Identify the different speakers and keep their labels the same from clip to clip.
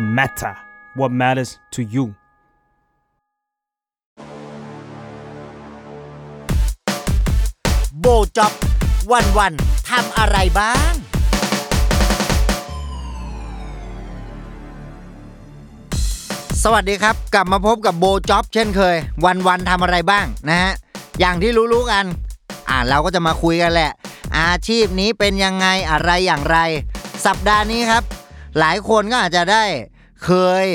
Speaker 1: matter what matters to you
Speaker 2: โบจ็อบวันวันๆทำอะไรบ้าง สวัสดีครับ กลับมาพบกับโบจ็อบเช่นเคย วันวันๆทำอะไรบ้างนะฮะ อย่างที่รู้ๆกัน อ่าเราก็จะมาคุยกันแหละ อาชีพนี้เป็นยังไงอะไรอย่างไร สัปดาห์นี้ครับ หลายคนก็อาจจะได้เคย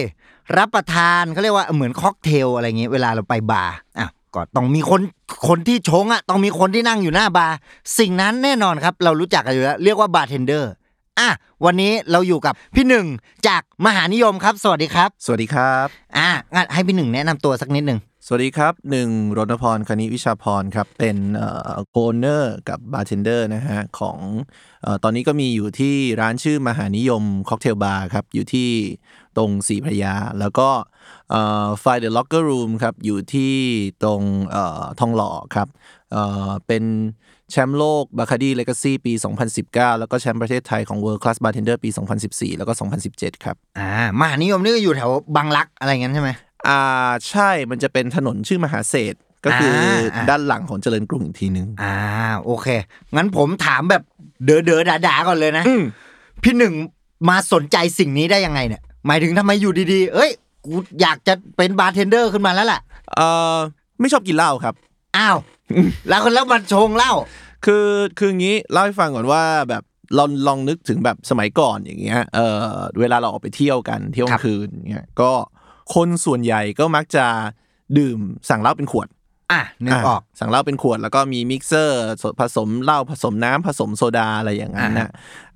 Speaker 2: รับประทานเขาเรียกว่าเหมือนค็อกเทลอะไรเงี้ยเวลาเราไปบาร์อ่ะก็ต้องมีคนคนที่ชงอ่ะต้องมีคนที่นั่งอยู่หน้าบาร์สิ่งนั้นแน่นอนครับ เรารู้จักกันอยู่แล้วเรียกว่าบาร์เทนเดอร์อ่ะวันนี้เราอยู่กับพี่หนึ่งจากมหานิยมครับ สวัสดีครับ
Speaker 3: สวัสดีครับ
Speaker 2: อ่ะงั้นให้พี่หนึ่งแนะนำตัวสักนิดหนึ่ง
Speaker 3: สวัสดีครับหนึ่งรณพรคณิวิชาพรครับ เป็นโกนเนอร์กับบาร์เทนเดอร์นะฮะของเอ่อตอนนี้ก็มีอยู่ที่ร้านชื่อมหานิยมค็อกเทลบาร์ครับ อยู่ที่ตรงสีพระยา แล้วก็ไฟเดอะล็อกเกอร์รูมครับ อยู่ที่ตรงเอ่อทองหล่อครับเอ่อเป็นแชมป์โลกบาคาดีเลกาซีปี 2019 แล้วก็แชมป์ประเทศไทยของ World Class Bartender ปี 2014 แล้วก็ 2017 ครับ
Speaker 2: อ่ามหานิยมนี่ก็อยู่แถวบางรักอะไรงั้นใช่ไหม
Speaker 3: อ่าใช่มันจะเป็นถนนชื่อมหาเศรษฐ์ก็คืออา
Speaker 2: อ่า
Speaker 3: ด้านหลังของเจริญกรุงอีกทีนึง
Speaker 2: อ่าโอเค งั้นผมถามแบบเด๋อเด๋อด่าด่าๆก่อนเลยนะ
Speaker 3: อืม
Speaker 2: พี่หนึ่งมาสนใจสิ่งนี้ได้ยังไงเนี่ย หมายถึงทำไมอยู่ดีๆ เอ้ย กูอยากจะเป็นบาร์เทนเดอร์ขึ้นมาแล้วล่ะ
Speaker 3: เอ่อไม่ชอบกินเหล้าครับ
Speaker 2: อ้าว แล้วคนแล้วมันชงเหล้า
Speaker 3: คือคืองี้เล่าให้ฟังก่อนว่าแบบลองลองนึกถึงแบบสมัยก่อนอย่างเงี้ยเออเวลาเราออกไปเที่ยวกันเที่ยวก
Speaker 2: ครั
Speaker 3: ลา
Speaker 2: บ
Speaker 3: งคืนเงี้ยก็คนส่วนใหญ่ก็มักจะดื่มสั่งเหล้าเป็นขวด
Speaker 2: อ่ะนึกออก
Speaker 3: สั่งเหล้าเป็นขวดแล้วก็มีมิกเซอร์ผสมเหล้าผสมน้ำผสมโซดาอะไรอย่างนั้นนะ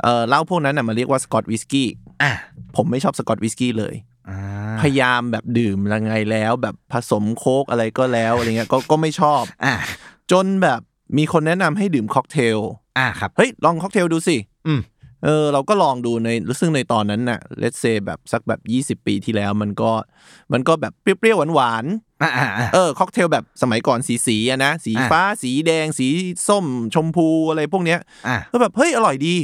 Speaker 3: เออเหล้าพวกนั้นน่ะมาเรียกว่าสกอตวิสกี้
Speaker 2: อ่ะ
Speaker 3: ผมไม่ชอบสกอตวิสกี้เลย
Speaker 2: อ่า
Speaker 3: พยายามแบบดื่มละไงแล้ว แบบผสมโค้กอะไรก็แล้วอะไรเงี้ย ก็ก็ไม่ชอบ
Speaker 2: อ่ะ
Speaker 3: จนแบบมีคนแนะนำให้ดื่มค็อกเทล
Speaker 2: อ่ะครับ
Speaker 3: เฮ้ย ลองค็อกเทลดูสิ
Speaker 2: อืม
Speaker 3: เออเราก็ลองดูในซึ่งในตอนนั้นน่ะเลตเซแบบสักแบบ 20 ปีที่แล้วมันก็มันก็แบบเปรี้ยวๆหวาน
Speaker 2: อ่ะอ่ะอ่ะ
Speaker 3: ๆเออค็อกเทลแบบสมัยก่อนสีสีๆอะนะ สี
Speaker 2: อ่ะ
Speaker 3: ฟ้าสีแดง สีส้ม ชมพูอะไรพวกเนี้ย
Speaker 2: อ่ะ
Speaker 3: ก็แบบเฮ้ยอร่อยดี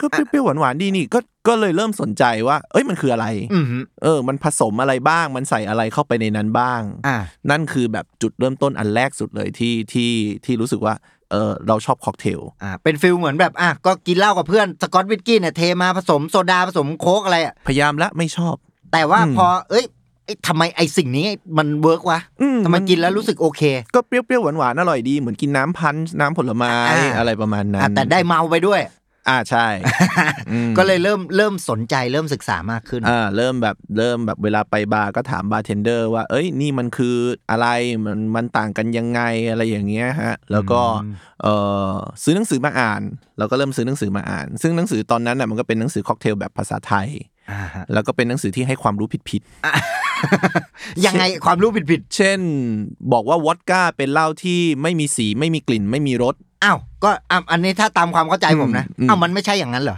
Speaker 3: ก็เปรี้ยวๆหวานๆดีนี่ก็ก็เลยเริ่มสนใจว่า เอ้ยมันคืออะไร
Speaker 2: อืม
Speaker 3: เออ มันผสมอะไรบ้าง มันใส่อะไรเข้าไปในนั้นบ้าง
Speaker 2: อ่ะ
Speaker 3: นั่นคือแบบจุดเริ่มต้นอันแรกสุดเลยที่ที่ที่รู้สึกว่า เออเราชอบค็อกเทล
Speaker 2: อ่ะเป็นฟิลเหมือนแบบอ่ะก็กินเหล้ากับเพื่อนสกอตวิสกี้เนี่ยเทมาผสมโซดาผสมโค้กอะไรอ่ะ
Speaker 3: พยายามละไม่ชอบ
Speaker 2: แต่ว่า
Speaker 3: อืม
Speaker 2: พอเอ้ยเอ้ยทำไมไอสิ่งนี้มันเวิร์กวะ
Speaker 3: อื
Speaker 2: ทำไมกินแล้วรู้สึกโอเค
Speaker 3: ก็เปรี้ยวๆหวานๆอร่อยดี เหมือนกินน้ำพันธุ์น้ำผลไม้
Speaker 2: อ่า
Speaker 3: อะไรประมาณนั้
Speaker 2: อ่ะ
Speaker 3: น
Speaker 2: แต่ได้เมาไปด้วย
Speaker 3: อ่าใช่ อืม
Speaker 2: ก็เลยเริ่มเริ่มสนใจเริ่มศึกษามากขึ้น
Speaker 3: อ่าเริ่มแบบเริ่มแบบเวลาไปบาร์ก็ถามบาร์เทนเดอร์ว่า เอ้ยนี่มันคืออะไรมันมันต่างกันยังไงอะไรอย่างเงี้ยฮะ แล้วก็ เอ่อซื้อหนังสือมาอ่านเราก็เริ่มซื้อหนังสือมาอ่าน ซึ่งหนังสือตอนนั้นน่ะมันก็เป็นหนังสือค็อกเทลแบบภาษาไทย แล้วก็เป็นหนังสือที่ให้ความรู้ผิด
Speaker 2: ยังไงความรู้ผิดผิด
Speaker 3: ๆ เช่น บอกว่าวอดก้าเป็นเหล้าที่ไม่มีสีไม่มีกลิ่นไม่มีรส
Speaker 2: ๆอ้าวก็อ่ะอันนี้ถ้าตามความเข้าใจผมนะ
Speaker 3: อืม
Speaker 2: อ้าวมันไม่ใช่อย่างนั้นเหรอ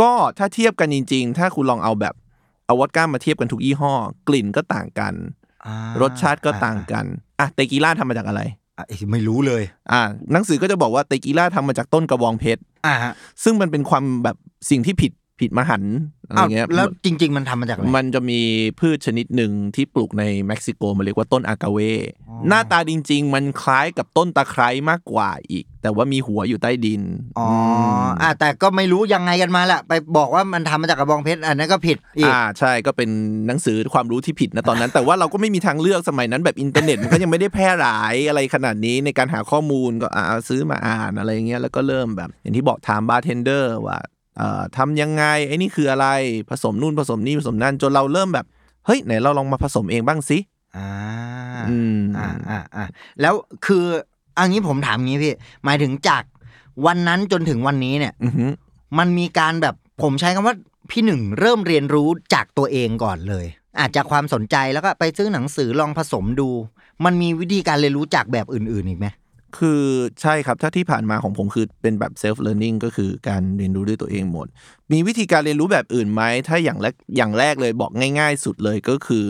Speaker 3: ก็ถ้าเทียบกันจริง ๆ ถ้าคุณลองเอาแบบเอาวอดก้ามาเทียบกันทุกยี่ห้อ กลิ่นก็ต่างกัน
Speaker 2: อ่าร
Speaker 3: สชาติก็ต่างกันอ่ะเตกีล่าทำมาจากอะไร
Speaker 2: อ่ะเอ้ยไม่รู้เลย
Speaker 3: อ่ะหนังสือก็จะบอกว่าเตกีล่าทำมาจากต้นกระบองเพชร
Speaker 2: อ่าฮะ
Speaker 3: ซึ่งมันเป็นความแบบสิ่งที่ผิดผิดมหันต์อะไร
Speaker 2: อ้าว
Speaker 3: เงี้ย
Speaker 2: แล้วจริง ๆ มันทำมาจากอะไร
Speaker 3: มันจะมีพืชชนิดหนึ่งที่ปลูกในเม็กซิโกมันเรียกว่าต้นอากาเว หน้าตาจริง ๆ มันคล้ายกับต้นตะไคร้มากกว่าอีก แต่ว่ามีหัวอยู่ใต้ดิน
Speaker 2: อ๋อ
Speaker 3: ม
Speaker 2: อ่ะแต่ก็ไม่รู้ยังไงกันมาล่ะ ไปบอกว่ามันทำมาจากกระบองเพชรอันนั้นก็ผิดอีก
Speaker 3: อ่าใช่ก็เป็นหนังสือความรู้ที่ผิดนะตอนนั้น แต่ว่าเราก็ไม่มีทางเลือกสมัยนั้นแบบอินเทอร์เน็ตมันก็ยังไม่ได้แพร่หลายอะไรขนาดนี้ในการหาข้อมูลก็อ่าซื้อมาอ่านอะไรอย่างเงี้ยแล้วก็เริ่มแบบ อย่างที่บอกถามบาร์เทนเดอร์ว่าเอ่อทำยังไงไอ้นี่คืออะไรผสมนู่นผสมนี่ผสมนั่นจนเราเริ่มแบบเฮ้ยไหนเราลองมาผสมเองบ้างสิ
Speaker 2: อ่า
Speaker 3: อืม
Speaker 2: อ่าอ่าอ่าแล้วคืออันนี้ผมถามงี้พี่ หมายถึงจากวันนั้นจนถึงวันนี้เนี่ย
Speaker 3: อือฮึ
Speaker 2: มันมีการแบบผมใช้คำว่าพี่หนึ่งเริ่มเรียนรู้จากตัวเองก่อนเลย อาจจะความสนใจแล้วก็ไปซื้อหนังสือลองผสมดู มันมีวิธีการเรียนรู้จากแบบอื่นๆอีกไหม
Speaker 3: คือใช่ครับ ถ้าที่ผ่านมาของผมคือเป็นแบบ self learning ก็คือการเรียนรู้ด้วยตัวเองหมด มีวิธีการเรียนรู้แบบอื่นไหม ถ้าอย่างแรกอย่างแรกเลยบอกง่ายๆ สุดเลยก็คือ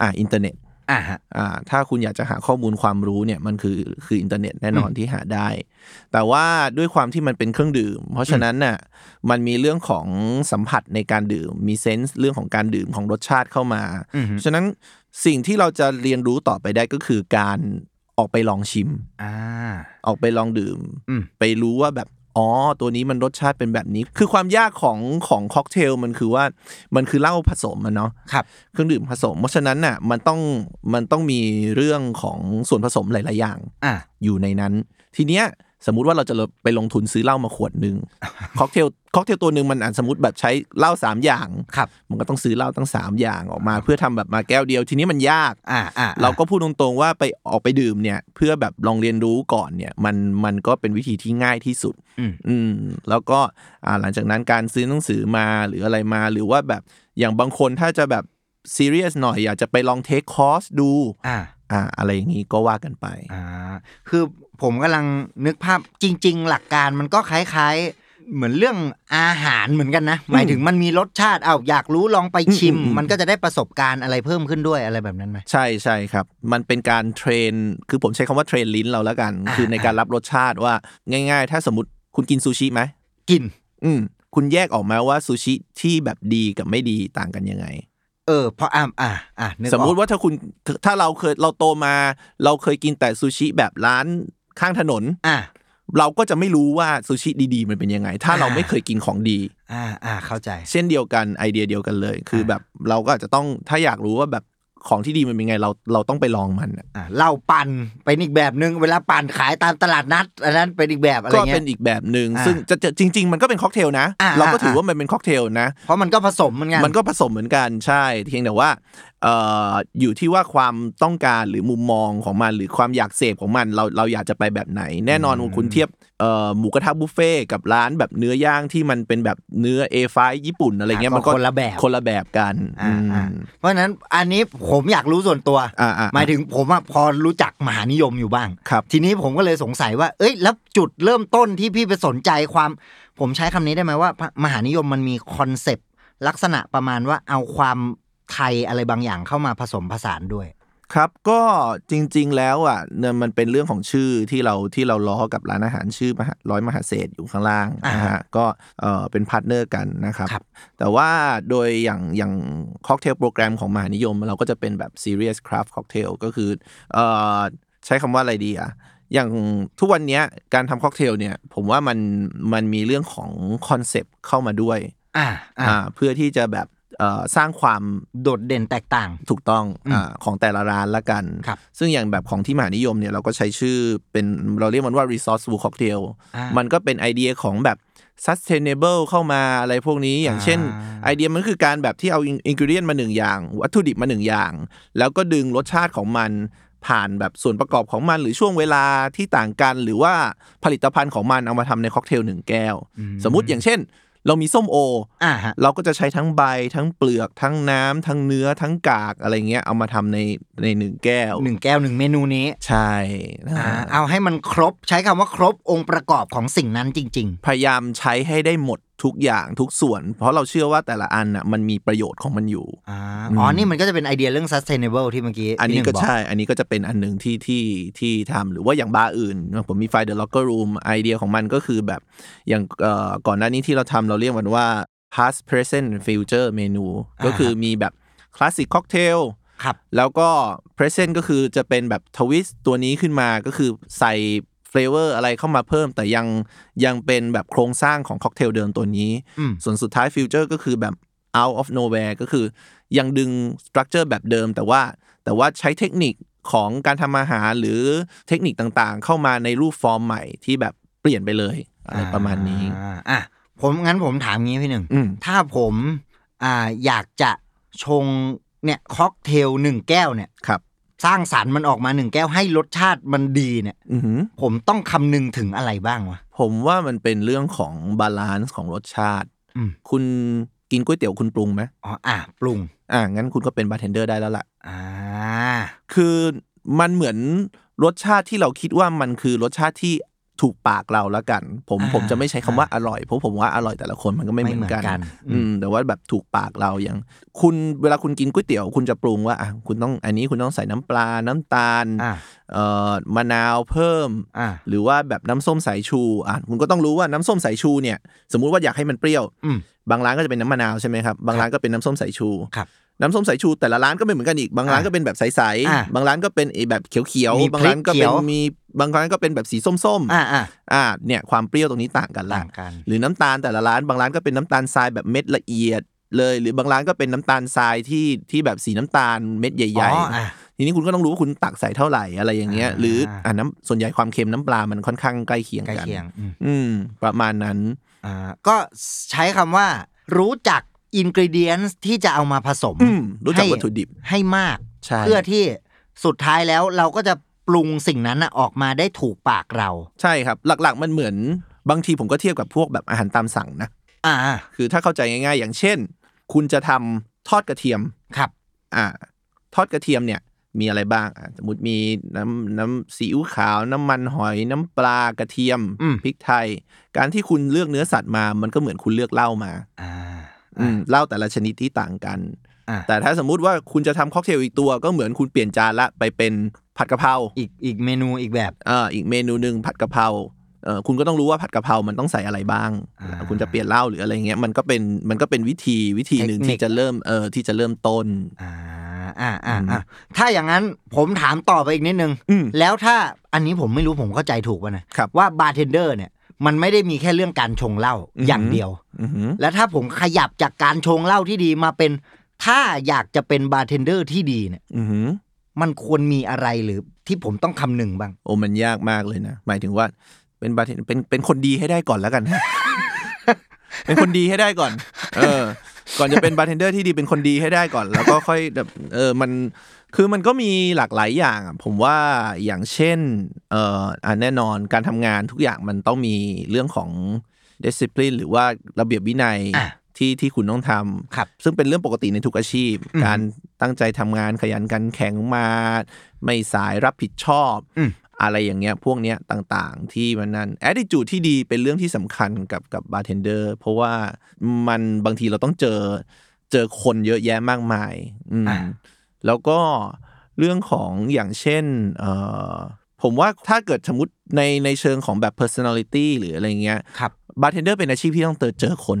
Speaker 3: อ่าอินเทอร์เน็ต
Speaker 2: อ่าฮะ
Speaker 3: อ่าถ้าคุณอยากจะหาข้อมูลความรู้เนี่ยมันคือคืออินเทอร์เน็ตแน่นอนที่หาได้ แต่ว่าด้วยความที่มันเป็นเครื่องดื่ม เพราะฉะนั้นน่ะมันมีเรื่องของสัมผัสในการดื่มมีเซนส์เรื่องของการดื่มของรสชาติเข้ามา
Speaker 2: อือฮึ
Speaker 3: เพราะฉะนั้นสิ่งที่เราจะเรียนรู้ต่อไปได้ก็คือการออกไปลองชิม
Speaker 2: อ่า
Speaker 3: ออกไปลองดื่ม
Speaker 2: อืม
Speaker 3: ไปรู้ว่าแบบอ๋อตัวนี้มันรสชาติเป็นแบบนี้ คือความยากของของค็อกเทลมันคือว่ามันคือเหล้าผสมอะเนาะ
Speaker 2: ครับ
Speaker 3: เครื่องดื่มผสม เพราะฉะนั้นน่ะมันต้องมันต้องมีเรื่องของส่วนผสมหลาย ๆ อย่าง
Speaker 2: อ่า
Speaker 3: อยู่ในนั้น ทีเนี้ยสมมุติว่าเราจะไปลงทุนซื้อเหล้ามาขวดหนึ่ง ค็อกเทลค็อกเทลตัวหนึ่งมันอาจสมมติแบบใช้เหล้าสามอย่าง
Speaker 2: ครับ
Speaker 3: มันก็ต้องซื้อเหล้าตั้งสามอย่างออกมา เพื่อทำแบบมาแก้วเดียว ทีนี้มันยาก
Speaker 2: อ่าอ่า
Speaker 3: เราก็พูดตรงๆว่าไปออกไปดื่มเนี่ย เพื่อแบบลองเรียนรู้ก่อนเนี่ยมันมันก็เป็นวิธีที่ง่ายที่สุด
Speaker 2: อืม
Speaker 3: อืมแล้วก็อ่าหลังจากนั้นการซื้อหนังสือมาหรืออะไรมาหรือว่าแบบอย่างบางคนถ้าจะแบบซีเรียสหน่อย อยากจะไปลองเทคคอร์สดู
Speaker 2: อ่า
Speaker 3: อ่าอะไรอย่างนี้ก็ว่ากันไป
Speaker 2: อ่า คือผมกำลังนึกภาพจริง ๆ หลักการมันก็คล้ายๆ เหมือนเรื่องอาหารเหมือนกันนะ หมายถึงมันมีรสชาติเอาวอยากรู้ลองไปชิม
Speaker 3: อืมอืม
Speaker 2: มันก็จะได้ประสบการณ์อะไรเพิ่มขึ้นด้วยอะไรแบบนั้นไหม
Speaker 3: ใช่ใช่ครับ มันเป็นการเทรน คือผมใช้คำว่าเทรนลิ้นเราแล้วกัน
Speaker 2: อ่า
Speaker 3: คือในการรับรสชาติว่าง่าย ๆ ถ้าสมมติคุณกินซูชิไหม
Speaker 2: กิน
Speaker 3: อืมคุณแยกออกไหมาว่าซูชิที่แบบดีกับไม่ดีต่างกันยังไง
Speaker 2: เออเพราะอ่าอ่าอ่านึกออก
Speaker 3: สมมุติว่าถ้าคุณถ้าเราเคยเราโตมา เราเคยกินแต่ซูชิแบบร้านข้างถนน
Speaker 2: อ่า
Speaker 3: เราก็จะไม่รู้ว่าซูชิดีๆ มันเป็นยังไง ถ้าเรา
Speaker 2: อ่า
Speaker 3: ไม่เคยกินของดี
Speaker 2: อ่าอ่าเข้าใจ
Speaker 3: เช่นเดียวกันไอเดียเดียวกันเลย คือแบบเราก็อาจจะต้องถ้าอยากรู้ว่าแบบของที่ดีมันเป็นไงเราเราต้องไปลองมันอะ
Speaker 2: อ่าเหล้าปั่นเป็นอีกแบบนึง เวลาปั่นขายตามตลาดนัด อันนั้นเป็นอีกแบบอะไร
Speaker 3: ก็
Speaker 2: เงี้
Speaker 3: เป็
Speaker 2: ย
Speaker 3: นอีกแบบหนึ่ง
Speaker 2: อ่า
Speaker 3: ซึ่งจะจะจริง ๆ มันก็เป็นค็อกเทลนะ
Speaker 2: อ่า
Speaker 3: เราก็ถือ
Speaker 2: อ่า
Speaker 3: ว่ามันเป็นค็อกเทลนะ
Speaker 2: เพราะมันก็ผสมเหมือนกัน
Speaker 3: มันก็ผสมเหมือนกันใช่เพียงแต่ว่าเอ่ออยู่ที่ว่าความต้องการหรือมุมมองของมันหรือความอยากเสพของมันเราเราอยากจะไปแบบไหน แน่นอนว่าคุณเทียบเอ่อหมูกระทะบุฟเฟ่ต์กับร้านแบบเนื้อย่างที่มันเป็นแบบเนื้อ A5 ญี่ปุ่นอะไรเงี้ย
Speaker 2: อ่ะ
Speaker 3: มันก็
Speaker 2: คนละแบบ
Speaker 3: คนละแบบกัน
Speaker 2: อ่าอ่า
Speaker 3: อืม
Speaker 2: เพราะฉะนั้นอันนี้ผมอยากรู้ส่วนตัว
Speaker 3: อ่าอ่า
Speaker 2: หมายถึงผมอะพอรู้จักมหานิยมอยู่บ้าง
Speaker 3: ครับ
Speaker 2: ทีนี้ผมก็เลยสงสัยว่า เอ้ย แล้วจุดเริ่มต้นที่พี่ไปสนใจความ ผมใช้คำนี้ได้ไหมว่า มหานิยมมันมีคอนเซปต์ลักษณะประมาณว่าเอาความไทยอะไรบางอย่างเข้ามาผสมผสานด้วย
Speaker 3: ครับก็จริง ๆ แล้วอ่ะเนี่ยมันเป็นเรื่องของชื่อที่เราที่เราล้อกับร้านอาหารชื่อมหาร้อยมหาเศรษฐ์อยู่ข้างล่างนะ
Speaker 2: อ่าฮะ
Speaker 3: ฮะก็เออเป็นพาร์ทเนอร์กันนะครับ
Speaker 2: ครับ
Speaker 3: แต่ว่าโดยอย่างอย่างค็อกเทลโปรแกรมของมหานิยม เราก็จะเป็นแบบ Serious Craft Cocktail ก็คือเออใช้คำว่าอะไรดีอ่ะอย่างทุกวันเนี้ยการทำค็อกเทลเนี่ยผมว่ามันมันมีเรื่องของคอนเซปต์เข้ามาด้วย
Speaker 2: ่าอ่า
Speaker 3: อ่าเพื่อที่จะแบบเอ่อสร้างความ
Speaker 2: โดดเด่นแตกต่าง
Speaker 3: ถูกต้อง
Speaker 2: อืม
Speaker 3: อาของแต่ละร้านละกัน
Speaker 2: ครับ
Speaker 3: ซึ่งอย่างแบบของที่มหานิยมเนี่ยเราก็ใช้ชื่อเป็นเราเรียกมันว่า resourceful cocktail
Speaker 2: อ่ามั
Speaker 3: มันก็เป็นไอเดียของแบบ sustainable เข้ามาอะไรพวกนี้อย่างเช่น
Speaker 2: อ่า
Speaker 3: ไอเดียมันคือการแบบที่เอาอินกิเดียนมาหนึ่งอย่าง วัตถุดิบมาหนึ่งอย่าง แล้วก็ดึงรสชาติของมันผ่านแบบส่วนประกอบของมัน หรือช่วงเวลาที่ต่างกัน หรือว่าผลิตภัณฑ์ของมันเอามาทำในค็อกเทลหนึ่งแก้ว สมมุติอย่างเช่น เรามีส้มโอ
Speaker 2: อ่าฮะ
Speaker 3: เราก็จะใช้ทั้งใบทั้งเปลือกทั้งน้ำทั้งเนื้อทั้งกากอะไรเงี้ยเอามาทำในในหนึ่งแก้ว
Speaker 2: หนึ่งแก้วหนึ่งเมนูนี้
Speaker 3: ใช่นะ
Speaker 2: อ่า เอาให้มันครบ ใช้คำว่าครบองค์ประกอบของสิ่งนั้นจริง
Speaker 3: พยายามใช้ให้ได้หมดทุกอย่างทุกส่วน เพราะเราเชื่อว่าแต่ละอันน่ะมันมีประโยชน์ของมันอยู่
Speaker 2: ๆ อ่า อ๋อ นี่มันก็จะเป็นไอเดียเรื่อง sustainable ที่เมื่อกี้
Speaker 3: อัน
Speaker 2: พี่ห
Speaker 3: นี้
Speaker 2: ง
Speaker 3: ก็
Speaker 2: บ
Speaker 3: ใช่ อันนี้ก็จะเป็นอันหนึ่งที่ที่ที่ทำหรือว่าอย่างบาร์อื่น ผมมีไฟเดอะล็อกเกอร์รูมไอเดียของมันก็คือแบบอย่างเอ่อก่อนหน้านี้ที่เราทำเราเรียกมันว่า past present future menu ก็คือมีแบบคลาสสิกค็อกเทล
Speaker 2: ครับ
Speaker 3: แล้วก็ present ก็คือจะเป็นแบบทวิสต์ตัวนี้ขึ้นมาก็คือใส่ flavor อะไรเข้ามาเพิ่ม แต่ยังยังเป็นแบบโครงสร้างของค็อกเทลเดิมตัวนี้
Speaker 2: อืม
Speaker 3: ส่วนสุดท้าย future ก็คือแบบ out of nowhere ก็คือยังดึง structure แบบเดิม แต่ว่าแต่ว่าใช้เทคนิคของการทำอาหารหรือเทคนิคต่างๆ เข้ามาในรูปฟอร์มใหม่ที่แบบเปลี่ยนไปเลยอะไรประมาณนี้
Speaker 2: อ่าอ่ะผมงั้นผมถามงี้พี่หนึ่ง
Speaker 3: อืม
Speaker 2: ถ้าผมอ่าอยากจะชงเนี่ยค็อกเทลหนึ่งแก้วเนี่ย
Speaker 3: ครับ
Speaker 2: สร้างสารรค์มันออกมาหนึ่งแก้วให้รสชาติมันดีเนี่ย
Speaker 3: อือหือ
Speaker 2: ผมต้องคำนึงถึงอะไรบ้างวะ
Speaker 3: ผมว่ามันเป็นเรื่องของบาลานซ์ของรสชาติ
Speaker 2: อืม
Speaker 3: คุณกินก๋วยเตี๋ยวคุณปรุงไหม
Speaker 2: อ๋ออ่ะปรุง
Speaker 3: อ่างั้นคุณก็เป็นบาร์เทนเดอร์ได้แล้วล่ะ
Speaker 2: อ่า
Speaker 3: คือมันเหมือนรสชาติที่เราคิดว่ามันคือรสชาติที่ ถูกปากเราละกัน ผม
Speaker 2: อ่า
Speaker 3: ผมจะไม่ใช้คำว่าอร่อยเพราะผมว่าอร่อยแต่ละคนมันก็ไม่เหมือนกัน
Speaker 2: ไม่เหมือนกัน
Speaker 3: อืมแต่ว่าแบบถูกปากเราอย่าง คุณเวลาคุณกินก๋วยเตี๋ยว คุณจะปรุงว่าอ่ะคุณต้องอันนี้คุณต้องใส่น้ำปลาน้ำตาล
Speaker 2: อ่า
Speaker 3: เอ่อมะนาวเพิ่ม
Speaker 2: อ่า
Speaker 3: หรือว่าแบบน้ำส้มสายชูอ่ะคุณก็ต้องรู้ว่าน้ำส้มสายชูเนี่ย สมมุติว่าอยากให้มันเปรี้ยว
Speaker 2: อืม
Speaker 3: บางร้านก็จะเป็นน้ำมะนาวใช่ไหมครับ บางร้านก็เป็นน้ำส้มสายชู
Speaker 2: ครับ
Speaker 3: น้ำส้มสายชู แต่ละร้านก็ไม่เหมือนกันอีก บางร้านก็เป็นแบบใส
Speaker 2: อ่ะ
Speaker 3: ๆ บางร้านก็เป็นไอ้แบบเขียว
Speaker 2: มี
Speaker 3: ๆ บางร้านก็
Speaker 2: พริกเขี
Speaker 3: เป็
Speaker 2: ย
Speaker 3: น
Speaker 2: ว
Speaker 3: มี บางร้านก็เป็นแบบสีส้ม
Speaker 2: อ่าอ่า
Speaker 3: ๆ อ่ะเนี่ยความเปรี้ยวตรงนี้ต่างกันละ
Speaker 2: ต่างกัน
Speaker 3: หรือน้ำตาลแต่ละร้าน บางร้านก็เป็นน้ำตาลทรายแบบเม็ดละเอียดเลย หรือบางร้านก็เป็นน้ำตาลทรายที่ที่แบบสีน้ำตาลเม็ดใหญ่
Speaker 2: อ๋อ
Speaker 3: ๆ
Speaker 2: อ่ะ
Speaker 3: ทีนี้คุณก็ต้องรู้ว่าคุณตักใส่เท่าไหร่อะไรอย่างเงี้ย
Speaker 2: อ่า
Speaker 3: หรืออ่าน้ำส่วนใหญ่ความเค็มน้ำปลามันค่อนข้างใกล้เคียง
Speaker 2: ใกล้
Speaker 3: กัน
Speaker 2: เคียงอืม
Speaker 3: อืม ประมาณนั้น
Speaker 2: อ่าก็ใช้คำว่า รู้จักอินกริเดียนที่จะเอามาผสม
Speaker 3: อืม รู้จัก
Speaker 2: ให้
Speaker 3: วัตถุดิบ
Speaker 2: ให้มาก
Speaker 3: ใช่
Speaker 2: เพื่อที่สุดท้ายแล้วเราก็จะปรุงสิ่งนั้นน่ะออกมาได้ถูกปากเรา
Speaker 3: ใช่ครับ หลักๆ มันเหมือนบางทีผมก็เทียบกับพวกแบบอาหารตามสั่งนะ
Speaker 2: อ่า
Speaker 3: คือถ้าเข้าใจง่ายๆ อย่างเช่น คุณจะทำทอดกระเทียม
Speaker 2: ครับ
Speaker 3: อ่า ทอดกระเทียมเนี่ย มีอะไรบ้างอ่ะสมมติมีน้ำน้ำซีอิ๊วขาว น้ำมันหอย น้ำปลากระเทียม
Speaker 2: อืม
Speaker 3: พริกไทย การที่คุณเลือกเนื้อสัตว์มา มันก็เหมือนคุณเลือกเหล้ามา
Speaker 2: อ่า
Speaker 3: อืมเหล้าแต่ละชนิดที่ต่างกัน
Speaker 2: อ่ะ
Speaker 3: แต่ถ้าสมมุติว่าคุณจะทำค็อกเทลอีกตัวก็เหมือนคุณเปลี่ยนจานละไปเป็นผัดกะเพรา
Speaker 2: อีกอีกเมนูอีกแบบ
Speaker 3: เอ่ออีกเมนูหนึ่งผัดกะเพราเอ่อคุณก็ต้องรู้ว่าผัดกะเพรามันต้องใส่อะไรบ้าง
Speaker 2: อ่า
Speaker 3: คุณจะเปลี่ยนเหล้าหรืออะไรเงี้ยมันก็เป็นมันก็เป็นวิธีวิธีหนึ่ง
Speaker 2: เทคนิค
Speaker 3: ที่จะเริ่มเอ่อที่จะเริ่มต้น
Speaker 2: อ่าอ่าอ่าอ่าถ้าอย่างนั้นผมถามต่อไปอีกนิดนึง
Speaker 3: อืม
Speaker 2: แล้วถ้าอันนี้ผมไม่รู้ผมเข้าใจถูกป่ะนะครับ ว่าบาร์เทนเดอร์เนี่ยมันไม่ได้มีแค่เรื่องการชงเหล้า
Speaker 3: อือหือ
Speaker 2: อ
Speaker 3: อ
Speaker 2: ย่างเดียว
Speaker 3: อือหือ
Speaker 2: และถ้าผมขยับจากการชงเหล้าที่ดีมาเป็น ถ้าอยากจะเป็นบาร์เทนเดอร์ที่ดีเนี่ย
Speaker 3: อือหือ
Speaker 2: มันควรมีอะไรหรือที่ผมต้องคำนึงบ้าง
Speaker 3: โอ้มันยากมากเลยนะ หมายถึงว่าเป็นบาร์เทนเป็นเป็นคนดีให้ได้ก่อนแล้วกัน เป็นคนดีให้ได้ก่อน เออ ก่อนจะเป็นบาร์เทนเดอร์ที่ดีเป็นคนดีให้ได้ก่อน แล้วก็ค่อยแบบเออมันคือมันก็มีหลากหลายอย่างอะผมว่าอย่างเช่นเอ่ออ่ะแน่นอนการทำงานทุกอย่างมันต้องมีเรื่องของ discipline หรือว่าระเบียบวินัย
Speaker 2: อ่ะ
Speaker 3: ที่ที่คุณต้องทำ
Speaker 2: ครับ
Speaker 3: ซึ่งเป็นเรื่องปกติในทุกอาชีพ
Speaker 2: อืม
Speaker 3: การตั้งใจทำงานขยันกันแข็งมา ไม่สายรับผิดชอบ
Speaker 2: อืม
Speaker 3: อะไรอย่างเงี้ยพวกเนี้ยต่างๆ ที่มันนั่น attitude ที่ดีเป็นเรื่องที่สำคัญกับกับบาร์เทนเดอร์เพราะว่ามันบางทีเราต้องเจอเจอคนเยอะแยะมากมายอืม
Speaker 2: อ่ะ
Speaker 3: แล้วก็เรื่องของอย่างเช่นเอ่อผมว่าถ้าเกิดสมมติในในเชิงของแบบ personality หรืออะไรเงี้ย
Speaker 2: ครับ
Speaker 3: บาร์เทนเดอร์เป็นอาชีพที่ต้องเจอเจอคน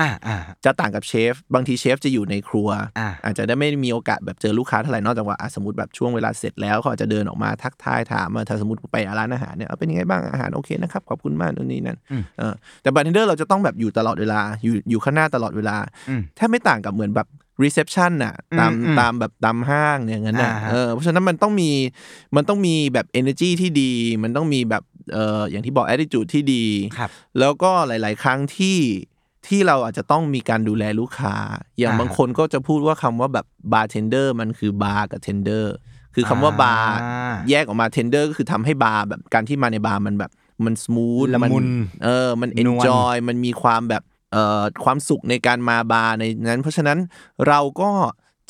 Speaker 2: อ่าอ่า
Speaker 3: จะต่างกับเชฟ บางทีเชฟจะอยู่ในครัว
Speaker 2: อ่า
Speaker 3: อาจจะได้ไม่มีโอกาสแบบเจอลูกค้าเท่าไหร่นอกจากว่าอ่ะสมมติแบบช่วงเวลาเสร็จแล้วเขาอาจจะเดินออกมาทักทายถามว่าถ้าสมมติไปร้านอาหารเนี่ยเอาเป็นยังไงบ้างอาหารโอเคนะครับขอบคุณมากนู่นนี่นั่น
Speaker 2: อืม
Speaker 3: เออแต่บาร์เทนเดอร์เราจะต้องแบบอยู่ตลอดเวลาอยู่อยู่ข้างหน้าตลอดเวลา
Speaker 2: อืม
Speaker 3: แทบไม่ต่างกับเหมือนแบบรีเซพชันน่ะตาม
Speaker 2: อืมอืม
Speaker 3: ตามแบบตามห้างเนี่ยอย่างนั้นน่ะ
Speaker 2: อ่าฮะ
Speaker 3: เออเพราะฉะนั้นมันต้องมีมันต้องมีแบบ energy ที่ดี มันต้องมีแบบเอออย่างที่บอก attitude ที่ดี
Speaker 2: ครับ
Speaker 3: แล้วก็หลาย ๆ ครั้งที่ที่เราอาจจะต้องมีการดูแลลูกค้า อย่าง
Speaker 2: อ่า
Speaker 3: บางคนก็จะพูดว่าคำว่าแบบบาร์เทนเดอร์มันคือบาร์กับเทนเดอร์คือคำว่าบาร์
Speaker 2: อ่า
Speaker 3: แยกออกมาเทนเดอร์ก็คือทำให้บาร์แบบการที่มาในบาร์มันแบบมันสมูท
Speaker 2: ละมุน
Speaker 3: เออมัน
Speaker 2: นวล
Speaker 3: เอนจอยมันมีความแบบเอ่อความสุขในการมาบาร์ในนั้น เพราะฉะนั้นเราก็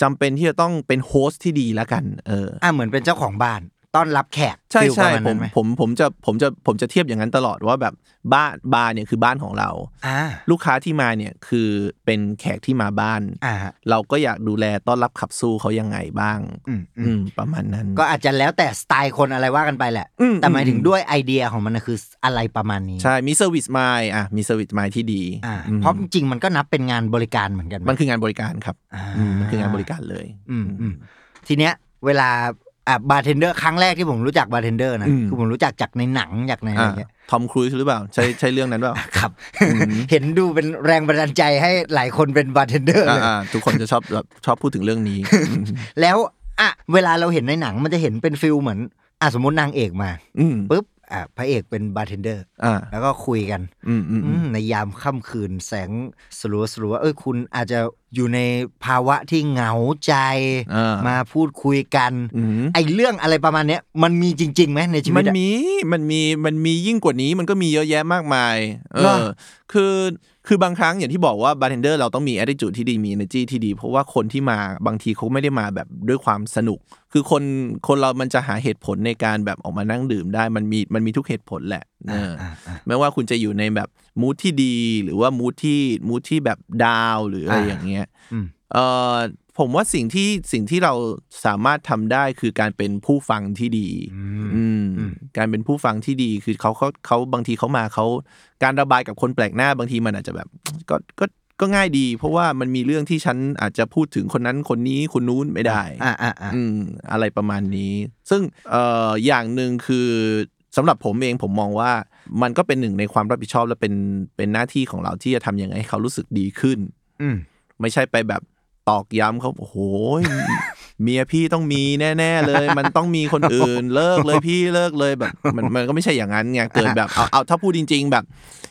Speaker 3: จำเป็นที่จะต้องเป็นโฮสที่ดีละกันเออ
Speaker 2: อ่าเหมือนเป็นเจ้าของบ้านต้อนรับแขก
Speaker 3: ใช่
Speaker 2: ฟิลป
Speaker 3: ใช่
Speaker 2: ระาณ
Speaker 3: ผ
Speaker 2: นั้
Speaker 3: ม
Speaker 2: นไห
Speaker 3: ผมผมจะผมจะผมจะเทียบอย่างนั้นตลอดว่าแบบบ้านบาร์เนี่ยคือบ้านของเรา
Speaker 2: อ่า
Speaker 3: ลูกค้าที่มาเนี่ยคือเป็นแขกที่มาบ้าน
Speaker 2: อ่า
Speaker 3: เราก็อยากดูแลต้อนรับขับสู้เขายังไงบ้าง
Speaker 2: อืมอื
Speaker 3: อื
Speaker 2: ม
Speaker 3: มประมาณนั้น
Speaker 2: ก็อาจจะแล้วแต่สไตล์คนอะไรว่ากันไปแหละ
Speaker 3: อื
Speaker 2: แต่หมายถึง
Speaker 3: อื
Speaker 2: ด้วยไอเดียของมันน่ะคืออะไรประมาณนี้
Speaker 3: ใช่มีเซอร์วิสไมอ่ะมีเซอร์วิสไมที่ดี
Speaker 2: อ่า
Speaker 3: อืม
Speaker 2: เพราะจริงๆมันก็นับเป็นงานบริการเหมือนกันไห
Speaker 3: มันคืองานบริการครับ
Speaker 2: อ่า
Speaker 3: อืมมันคืองานบริการเลย
Speaker 2: อืมอืม ทีเนี้ยเวลาอ่ะบาร์เทนเดอร์ครั้งแรกที่ผมรู้จักบาร์เทนเดอร์นะคือผมรู้จักจากในหนังจากในอะไร
Speaker 3: อ่า
Speaker 2: เงี้ย
Speaker 3: ทอมครูซหรือเปล่าใช่ใช่เรื่องนั้นเปล่า
Speaker 2: ครับ
Speaker 3: อืม
Speaker 2: เห็นดูเป็นแรงบันดาลใจให้หลายคนเป็นบาร์เทนเดอร์
Speaker 3: อ่า
Speaker 2: เลย
Speaker 3: อ่าทุกคนจะชอบแบบชอบพูดถึงเรื่องนี้อืม
Speaker 2: แล้วอ่ะเวลาเราเห็นในหนังมันจะเห็นเป็นฟิลเหมือนอ่ะสมมตินางเอกมา
Speaker 3: อืม
Speaker 2: ปุ๊บอ่ะพระเอกเป็นบาร์เทนเดอร์
Speaker 3: อ่า
Speaker 2: แล้วก็คุยกัน
Speaker 3: อืมอืมอื
Speaker 2: อื
Speaker 3: ม
Speaker 2: มในยามค่ำคืนแสงสลัวสลัวๆเอ้ยคุณอาจจะอยู่ในภาวะที่เหงาใจ
Speaker 3: อ่า
Speaker 2: มาพูดคุยกัน
Speaker 3: อืม
Speaker 2: ไอเรื่องอะไรประมาณเนี้ยมันมีจริงๆไหมในชีวิ
Speaker 3: มั
Speaker 2: ต
Speaker 3: น
Speaker 2: อะ
Speaker 3: มี มันมี มันมียิ่งกว่านี้ มันก็มีเยอะแยะมากมาย เอ
Speaker 2: เหรอ
Speaker 3: อ คือ คือบางครั้งอย่างที่บอกว่าบาร์เทนเดอร์เราต้องมี attitude ที่ดีมี energy ที่ดี เพราะว่าคนที่มาบางทีเขาไม่ได้มาแบบด้วยความสนุก คือคนคนเรามันจะหาเหตุผลในการแบบออกมานั่งดื่มได้มันมีมันมีทุกเหตุผลแหละเอออไม่ว่าคุณจะอยู่ในแบบมูทที่ดีหรือว่ามูทที่มูทที่แบบดาวหรืออะไรอย่างเงี้ย
Speaker 2: อืม
Speaker 3: เอ่อผมว่าสิ่งที่สิ่งที่เราสามารถทำได้คือการเป็นผู้ฟังที่ดี อืมการเป็นผู้ฟังที่ดีคือเขาเขาเขาบางทีเขามาเขาการระบายกับคนแปลกหน้าบางทีมันอาจจะแบบ ก็ก็ก็ง่ายดี เพราะว่ามันมีเรื่องที่ฉันอาจจะพูดถึงคนนั้นคนนี้คนนู้นไม่ได้
Speaker 2: อ่าอ่าอ่า
Speaker 3: อืมอะไรประมาณนี้ ซึ่งเอ่ออย่างหนึ่งคือสำหรับผมเองผมมองว่ามันก็เป็นหนึ่งในความรับผิดชอบและเป็นเป็นหน้าที่ของเราที่จะทำยังไงให้เขารู้สึกดีขึ้น
Speaker 2: อืม
Speaker 3: ไม่ใช่ไปแบบตอกย้ ำเขาโอ้โห เมียพี่ต้องมีแน่ๆเลย มันต้องมีคนอื่น เลิกเลยพี่เลิกเลยแบบ มันมันก็ไม่ใช่อย่างนั้นไงเกิดแบบเอาเอาถ้าพูดจริง ๆ แบบ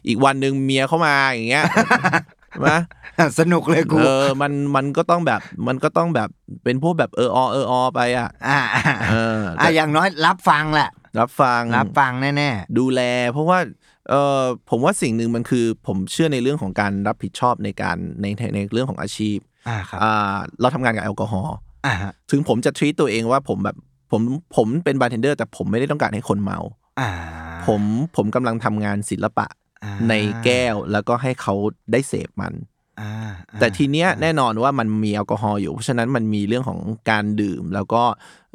Speaker 3: อีกวันหนึ่งเมียเข้ามาอย่างเงี้ย มา
Speaker 2: สนุกเลยกู
Speaker 3: เออ มัน มันก็ต้องแบบ มันก็ต้องแบบ เป็นพวกแบบเออออเออออไปอ่ะ
Speaker 2: อ่าอ่า
Speaker 3: เออ
Speaker 2: อ่าอย่างน้อยรับฟังแหละ
Speaker 3: รับฟัง
Speaker 2: รับฟังแน่
Speaker 3: ดูแล เพราะว่า เออผมว่าสิ่งหนึ่งมันคือ ผมเชื่อในเรื่องของการรับผิดชอบในการ ใน ในในเรื่องของอาชีพ
Speaker 2: ๆ อ่าครับ
Speaker 3: อ่า เราทำงานกับแอลกอฮอล์
Speaker 2: อ่าฮะ
Speaker 3: ถึงผมจะ treat ตัวเองว่าผมแบบ ผม ผมเป็นบาร์เทนเดอร์ แต่ผมไม่ได้ต้องการให้คนเมา
Speaker 2: อ่า
Speaker 3: ผม ผมกำลังทำงานศิลปะ
Speaker 2: อ่า
Speaker 3: ในแก้ว แล้วก็ให้เขาได้เสพมัน
Speaker 2: อ่าอ่า
Speaker 3: แต่ทีเนี้ยแน่นอนว่ามันมีแอลกอฮอล์อยู่ เพราะฉะนั้นมันมีเรื่องของการดื่ม แล้วก็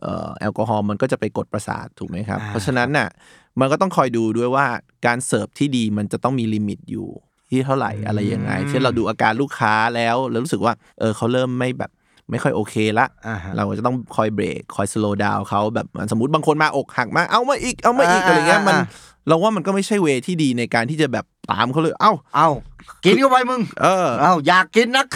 Speaker 3: เอ่อแอลกอฮอล์มันก็จะไปกดประสาทถูกไหมครับ
Speaker 2: อ่า
Speaker 3: เพราะฉะนั้นน่ะมันก็ต้องคอยดูด้วยว่าการเสิร์ฟที่ดีมันจะต้องมีลิมิตอยู่ที่เท่าไหร่อะไรยังไง เช่นเราดูอาการลูกค้าแล้วแล้วรู้สึกว่าเออเขาเริ่มไม่แบบไม่ค่อยโอเคละ
Speaker 2: อ่าฮะ
Speaker 3: เราก็จะต้องคอยเบรกคอยสโล w d ดาวเขาแบบสมมติบางคนมาอกหักมากเอามาอีกเอามาอีก
Speaker 2: อ่า
Speaker 3: อะไรเงี้ยมัน
Speaker 2: อ่า
Speaker 3: เราว่ามันก็ไม่ใช่เวที่ดีในการที่จะแบบตามเขาเลยเอ้า
Speaker 2: เอากินเข้าไปมึง
Speaker 3: เออ
Speaker 2: เอาอยากกินนัก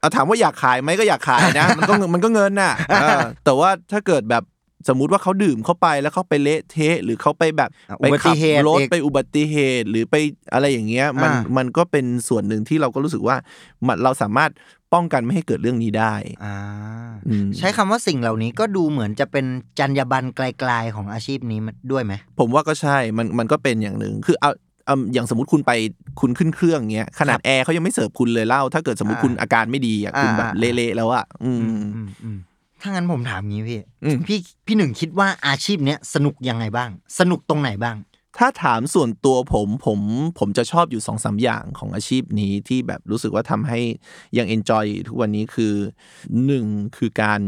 Speaker 3: เอาถามว่าอยากขายไหมก็อยากขายนะ มันก็เงินมันก็เงินน่ะเออแต่ว่าถ้าเกิดแบบสมมุติว่าเขาดื่มเข้าไปแล้วเขาไปเละเทะ หรือเขาไปแบบ
Speaker 2: อ่ะ
Speaker 3: ไป
Speaker 2: อุบัติ
Speaker 3: ขั
Speaker 2: เหตุ
Speaker 3: รถ
Speaker 2: อีก
Speaker 3: ไปอุบัติเหตุหรือไปอะไรอย่างเงี้ยมัน
Speaker 2: อ่ามั
Speaker 3: มันก็เป็นส่วนหนึ่งที่เราก็รู้สึกว่ามันเราสามารถป้องกันไม่ให้เกิดเรื่องนี้ได้
Speaker 2: อ่า
Speaker 3: อืม
Speaker 2: ใช้คำว่าสิ่งเหล่านี้ก็ดูเหมือนจะเป็นจรรยาบรรณไกลๆของอาชีพนี้มันด้วยไหม
Speaker 3: ผมว่าก็ใช่มันมันก็เป็นอย่างหนึ่งคือเอาเอาอย่างสมมติคุณไปคุณขึ้นเครื่องเงี้ยขนาดแอร์เขายังไม่เสิร์ฟคุณเลยเหล่าถ้าเกิดสมมติ
Speaker 2: อ่า
Speaker 3: คุณอาการไม่ดีอ่ะคุณแบบ
Speaker 2: อ่า
Speaker 3: เละๆแล้วอ่ะอืม
Speaker 2: อืมอืมถ้างั้นผมถามงี้พี่
Speaker 3: อืม
Speaker 2: พี่พี่หนึ่งคิดว่าอาชีพเนี้ยสนุกยังไงบ้าง สนุกตรงไหนบ้าง
Speaker 3: ถ้าถามส่วนตัวผมผมผมจะชอบอยู่สองสามอย่างของอาชีพนี้ที่แบบรู้สึกว่าทำให้ยังเอนจอยทุกวันนี้คือหนึ่งคือการ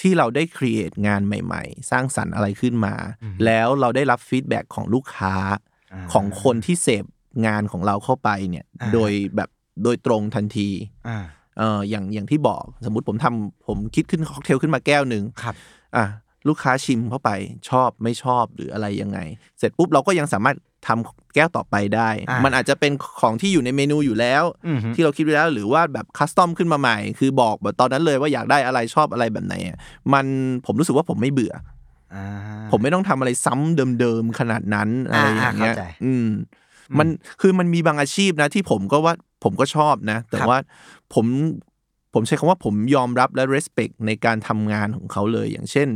Speaker 3: ที่เราได้ครีเอทงานใหม่ๆ สร้างสรรค์อะไรขึ้นมา
Speaker 2: อืม
Speaker 3: แล้วเราได้รับฟีดแบ็ของลูกค้าของคนที่เสพงานของเราเข้าไปเนี่ย
Speaker 2: อ่า
Speaker 3: โดยแบบโดยตรงทันที
Speaker 2: อ่า
Speaker 3: เอ่ออย่างอย่างที่บอกสมมติผมทำผมคิดขึ้นค็อกเทลขึ้นมาแก้วหนึ่ง
Speaker 2: ครับ
Speaker 3: อ่ะลูกค้าชิมเข้าไปชอบไม่ชอบหรืออะไรยังไง เสร็จปุ๊บเราก็ยังสามารถทำแก้วต่อไปได้
Speaker 2: อ่ะ
Speaker 3: มันอาจจะเป็นของที่อยู่ในเมนูอยู่แล้ว
Speaker 2: อืมฮึ
Speaker 3: ที่เราคิดไว้แล้วหรือว่าแบบคัสตอมขึ้นมาใหม่ คือบอกแบบตอนนั้นเลยว่าอยากได้อะไรชอบอะไรแบบไหนอ่ะมันผมรู้สึกว่าผมไม่เบื่อ
Speaker 2: อ่า
Speaker 3: ผมไม่ต้องทำอะไรซ้ำเดิมๆขนาดนั้นอะไรอย่างเงี้
Speaker 2: อ่า
Speaker 3: ย
Speaker 2: เข้าใจ
Speaker 3: อืม มันคือมันมีบางอาชีพนะ ที่ผมก็ว่าผมก็ชอบนะ แต่
Speaker 2: ครับ
Speaker 3: ว่าผมผมใช้คำว่าผมยอมรับและ respect ในการทำงานของเขาเลย อย่างเช่น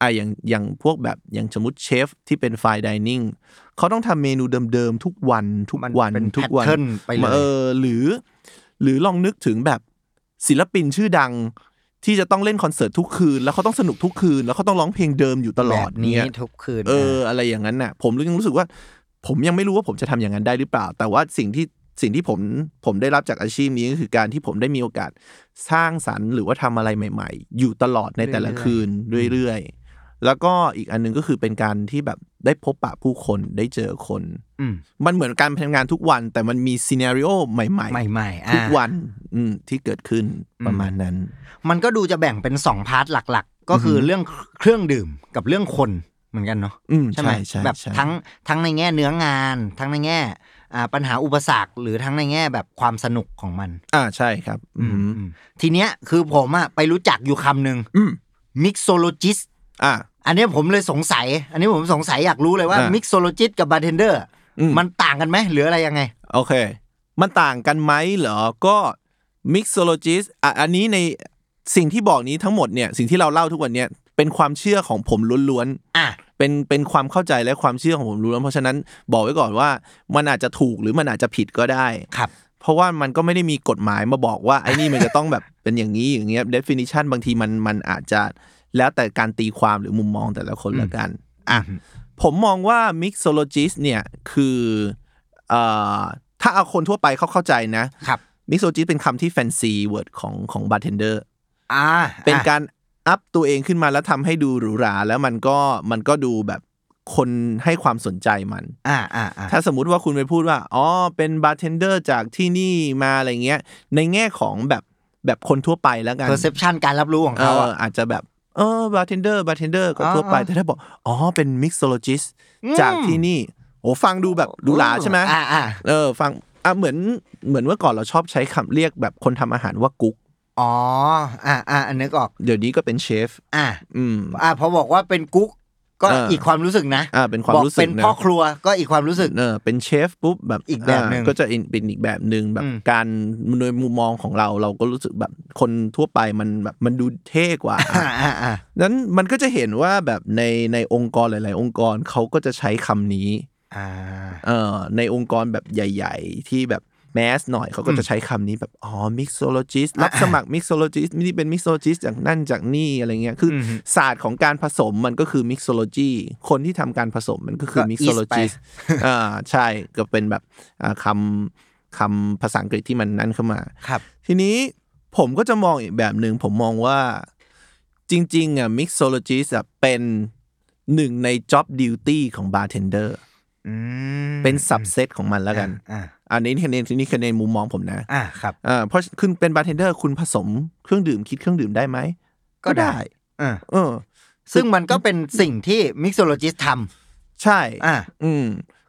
Speaker 3: อ่ะอย่างอย่างพวกแบบอย่างสมมติเชฟที่เป็น fine dining เขาต้องทำเมนูเดิมๆทุกวันทุก
Speaker 2: มัน
Speaker 3: วัน
Speaker 2: เป็น
Speaker 3: ทุกวัน
Speaker 2: pattern ไปเลย
Speaker 3: เออหรือ หรือลองนึกถึงแบบศิลปินชื่อดัง ที่จะต้องเล่นคอนเสิร์ตทุกคืน แล้วเขาต้องสนุกทุกคืน แล้วเขาต้องร้องเพลงเดิมอยู่ตลอด
Speaker 2: แบบนี้
Speaker 3: เย
Speaker 2: ทุกคืน
Speaker 3: เอออะไรอย่างนั้นน่ะ ผมยังรู้สึกว่า ผมยังไม่รู้ว่าผมจะทำอย่างนั้นได้หรือเปล่า แต่ว่าสิ่งที่สิ่งที่ผมผมได้รับจากอาชีพนี้ก็คือการที่ผมได้มีโอกาสสร้างสรรค์หรือว่าทำอะไรใหม่ ๆ อยู่ตลอดในแต่ละคืนเรื่อยๆ แล้วก็อีกอันหนึงก็คือเป็นการที่แบบได้พบปะผู้คนได้เจอคน
Speaker 2: อืม
Speaker 3: มันเหมือนการทำงานทุกวัน แต่มันมีซีนารีโอใหม่
Speaker 2: ใหม่ๆ
Speaker 3: ๆ ทุก
Speaker 2: อ่า
Speaker 3: วันอืมที่เกิดขึ้นประมาณนั้น
Speaker 2: มันก็ดูจะแบ่งเป็นสองพาร์ทหลักๆ ก็คือเรื่องเครื่องดื่มกับเรื่องคนเหมือนกันเนาะ
Speaker 3: อืม
Speaker 2: ใช่ไหม
Speaker 3: ใช่
Speaker 2: แบบ
Speaker 3: ใช่
Speaker 2: ทั้งทั้งในแง่เนื้องาน ทั้งในแง่อ่าปัญหาอุปสรรคหรือทั้งในแง่แบบความสนุกของมัน
Speaker 3: อ่าใช่ครับ อืม
Speaker 2: อืมทีเนี้ยคือผมอะไปรู้จักอยู่คำหนึ่ง
Speaker 3: อืม
Speaker 2: มิกโซโลจิส
Speaker 3: อ่า
Speaker 2: อันเนี้ยผมเลยสงสัย อันนี้ผมสงสัยอยากรู้เลยว่า
Speaker 3: อ่ะ
Speaker 2: มิกโซโลจิสกับบาร์เทนเดอร์
Speaker 3: อืม
Speaker 2: มันต่างกันไหมหรืออะไรยังไง
Speaker 3: โอเค มันต่างกันไหมเหรอ ก็ mixologist อ่ะอันนี้ในสิ่งที่บอกนี้ทั้งหมดเนี่ย สิ่งที่เราเล่าทุกวันเนี่ย เป็นความเชื่อของผมล้วน
Speaker 2: อ่ะ
Speaker 3: ๆ เป็นเป็นความเข้าใจและความเชื่อของผมรู้แล้วเพราะฉะนั้นบอกไว้ก่อนว่ามันอาจจะถูกหรือมันอาจจะผิดก็ได้
Speaker 2: ครับ
Speaker 3: เพราะว่ามันก็ไม่ได้มีกฎหมายมาบอกว่าไอ้นี่ มันจะต้องแบบ เป็นอย่างนี้อย่างเงี้ย definition บางทีมันมันอาจจะแล้วแต่การตีความหรือมุมมองแต่ละคนละกันอ่ะผมมองว่า mixologist เนี่ยคือเอ่อถ้าเอาคนทั่วไปเขาเข้าใจนะ
Speaker 2: ครับ
Speaker 3: mixologist เป็นคำที่ fancy word ของของ bartender
Speaker 2: อ่า
Speaker 3: เป็น
Speaker 2: อ่ะ
Speaker 3: การอัพตัวเองขึ้นมาแล้วทำให้ดูหรูหราแล้วมันก็มันก็ดูแบบคนให้ความสนใจมัน
Speaker 2: อ่าอ่าอ่า
Speaker 3: ถ้าสมมุติว่าคุณไปพูดว่า อ๋อ เป็นบาร์เทนเดอร์จากที่นี่มาอะไรเงี้ย ในแง่ของแบบแบบคนทั่วไปแล้วกัน
Speaker 2: เพอร์เซพชันการรับรู้ของเขา
Speaker 3: อ
Speaker 2: อะ
Speaker 3: ออาจจะแบบ เออบาร์เทนเดอร์บาร์เทนเดอร์ก็
Speaker 2: อ่า
Speaker 3: ทั่วไป
Speaker 2: อ่า
Speaker 3: แต่ถ้าบอก อ๋อ เป็นมิกซ์โลจิส
Speaker 2: อืม
Speaker 3: จากที่นี่ โอ้ฟังดูแบบหรูหราใช่ไหม
Speaker 2: อ่าอ่า
Speaker 3: เออ ฟัง อ่ะ เหมือนเหมือนเมื่อก่อนเราชอบใช้คำเรียกแบบคนทำอาหารว่ากุ๊ก
Speaker 2: อ๋ออ่าอ่านึกออก
Speaker 3: เดี๋ยวนี้ก็เป็นเชฟ
Speaker 2: อ่า
Speaker 3: อืม
Speaker 2: อ่าพอบอกว่าเป็นกุ๊กก็
Speaker 3: เอออี
Speaker 2: อีกความรู้สึกนะ
Speaker 3: อ่าเป็นความ
Speaker 2: บอก
Speaker 3: รู้สึก
Speaker 2: เป็น
Speaker 3: นะ
Speaker 2: พ่อครัวก็อีกความรู้สึก
Speaker 3: เออเป็นเชฟปุ๊บแบบ
Speaker 2: อีกแบบหนึ่ง
Speaker 3: าก็จะอินเป็นอีกแบบหนึ่งแบบ
Speaker 2: อืม
Speaker 3: การโดยมุมมองของเราเราก็รู้สึกแบบคนทั่วไปมันแบบมันดูเท่ กว่า
Speaker 2: อ่าอ่าอ่า
Speaker 3: นั้นมันก็จะเห็นว่าแบบในในองค์กรหลาย ๆ องค์กรเขาก็จะใช้คำนี้
Speaker 2: อ่า
Speaker 3: เอ่อในองค์กรแบบใหญ่ ๆ ที่แบบแมสหน่อยเขาก็จะใช้คำนี้แบบอ๋อ mixologist รับสมัคร mixologist นี่เป็น mixologist จากนั่นจากนี่อะไรเงี้ยคืออ
Speaker 2: ม
Speaker 3: ศาสตร์ของการผสมมันก็คือ mixology คนที่ทำการผสมมันก็คือ
Speaker 2: ก็
Speaker 3: mixologist อ่าใช่ก็เป็นแบบอ่าคำคำภาษาอังกฤษที่มันนั่นเข้ามา
Speaker 2: ครับ
Speaker 3: ทีนี้ผมก็จะมองอีกแบบหนึ่งผมมองว่าจริงๆอ่ะ mixologist อ่ะเป็นหนึ่งใน job duty ของ bartender
Speaker 2: อืม
Speaker 3: เป็น subset ของมันแล้วกัน
Speaker 2: อ่า
Speaker 3: อันนี้คะแนนนี่คะแนนมุมมองผมนะ
Speaker 2: อ่าครับ
Speaker 3: อ่าเพราะคุณเป็นบาร์เทนเดอร์คุณผสมเครื่องดื่มคิดเครื่องดื่มได้ไหม
Speaker 2: เออ
Speaker 3: เออ
Speaker 2: ซึ่งมันก็เป็นสิ่งที่มิกโซโลจิสต์ท
Speaker 3: ใช่
Speaker 2: ำอ่า
Speaker 3: อืม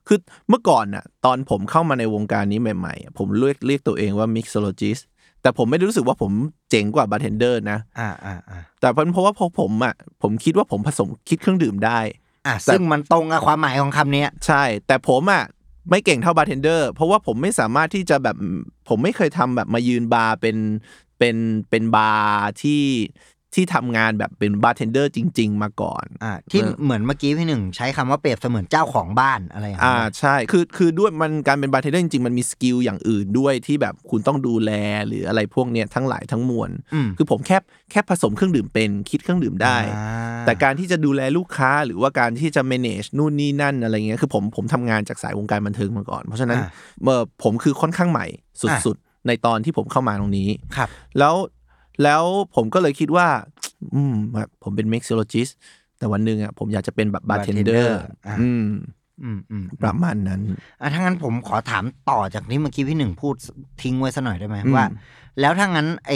Speaker 3: คือเมื่อก่อนน่ะตอนผมเข้ามาในวงการนี้ใหม่ๆอ่ะผมเรียกเรียกตัวเองว่า mixologist แต่ผมไม่ได้รู้สึกว่าผมเจ๋งกว่า bartender นะ
Speaker 2: อ่าอ่าอ่า
Speaker 3: แต่เพราะเพราะว่าพอผมอ่ะผมคิดว่าผมผสมคิดเครื่องดื่มได้
Speaker 2: อ่ะซึ่งมันตรงกับความหมายของคำเนี้ย
Speaker 3: ใช่ แต่ผมอ่ะไม่เก่งเท่า bartender เพราะว่าผมไม่สามารถที่จะแบบผมไม่เคยทำแบบมายืนบาร์เป็นเป็นเป็นบาร์ที่ที่ทำงานแบบเป็น bartender จริง ๆ มาก่อน
Speaker 2: อ่า ที่
Speaker 3: เออ
Speaker 2: เหมือนเมื่อกี้พี่หนึ่งใช้คำว่าเปรียบเสมือนเจ้าของบ้านอะไรอย่าง
Speaker 3: อ่า
Speaker 2: เงี้ย
Speaker 3: ใช่คือคือด้วยมันการเป็นบาร์เทนเดอร์จริงๆ มันมีสกิลอย่างอื่นด้วยที่แบบคุณต้องดูแลหรืออะไรพวกเนี้ยทั้งหลายทั้งมวล
Speaker 2: อืม
Speaker 3: คือผมแค่แค่ผสมเครื่องดื่มเป็นคิดเครื่องดื่มได้
Speaker 2: อ่า
Speaker 3: แต่การที่จะดูแลลูกค้าหรือว่าการที่จะ manage นู่นนี่นั่นอะไรเงี้ยคือผมผมทำงานจากสายวงการบันเทิงมาก่อน เพราะฉะนั้น
Speaker 2: อ่า
Speaker 3: เอ่อผมคือค่อนข้างใหม่สุดๆ ในตอนที่ผมเข้ามาตรงนี้
Speaker 2: ครับ
Speaker 3: แล้วแล้วผมก็เลยคิดว่า อืมแบบผมเป็น mixologist แต่วันหนึ่งอ่ะผมอยากจะเป็นแบบ bartender
Speaker 2: bartender อ่ะ
Speaker 3: อืม
Speaker 2: อืมอืม
Speaker 3: ประมาณนั้น
Speaker 2: อ่ะถ้างั้นผมขอถามต่อจากนี้เมื่อกี้พี่หนึ่งพูดทิ้งไว้สักหน่อยได้ไหม
Speaker 3: อืม
Speaker 2: ว่า แล้วถ้างั้นไอ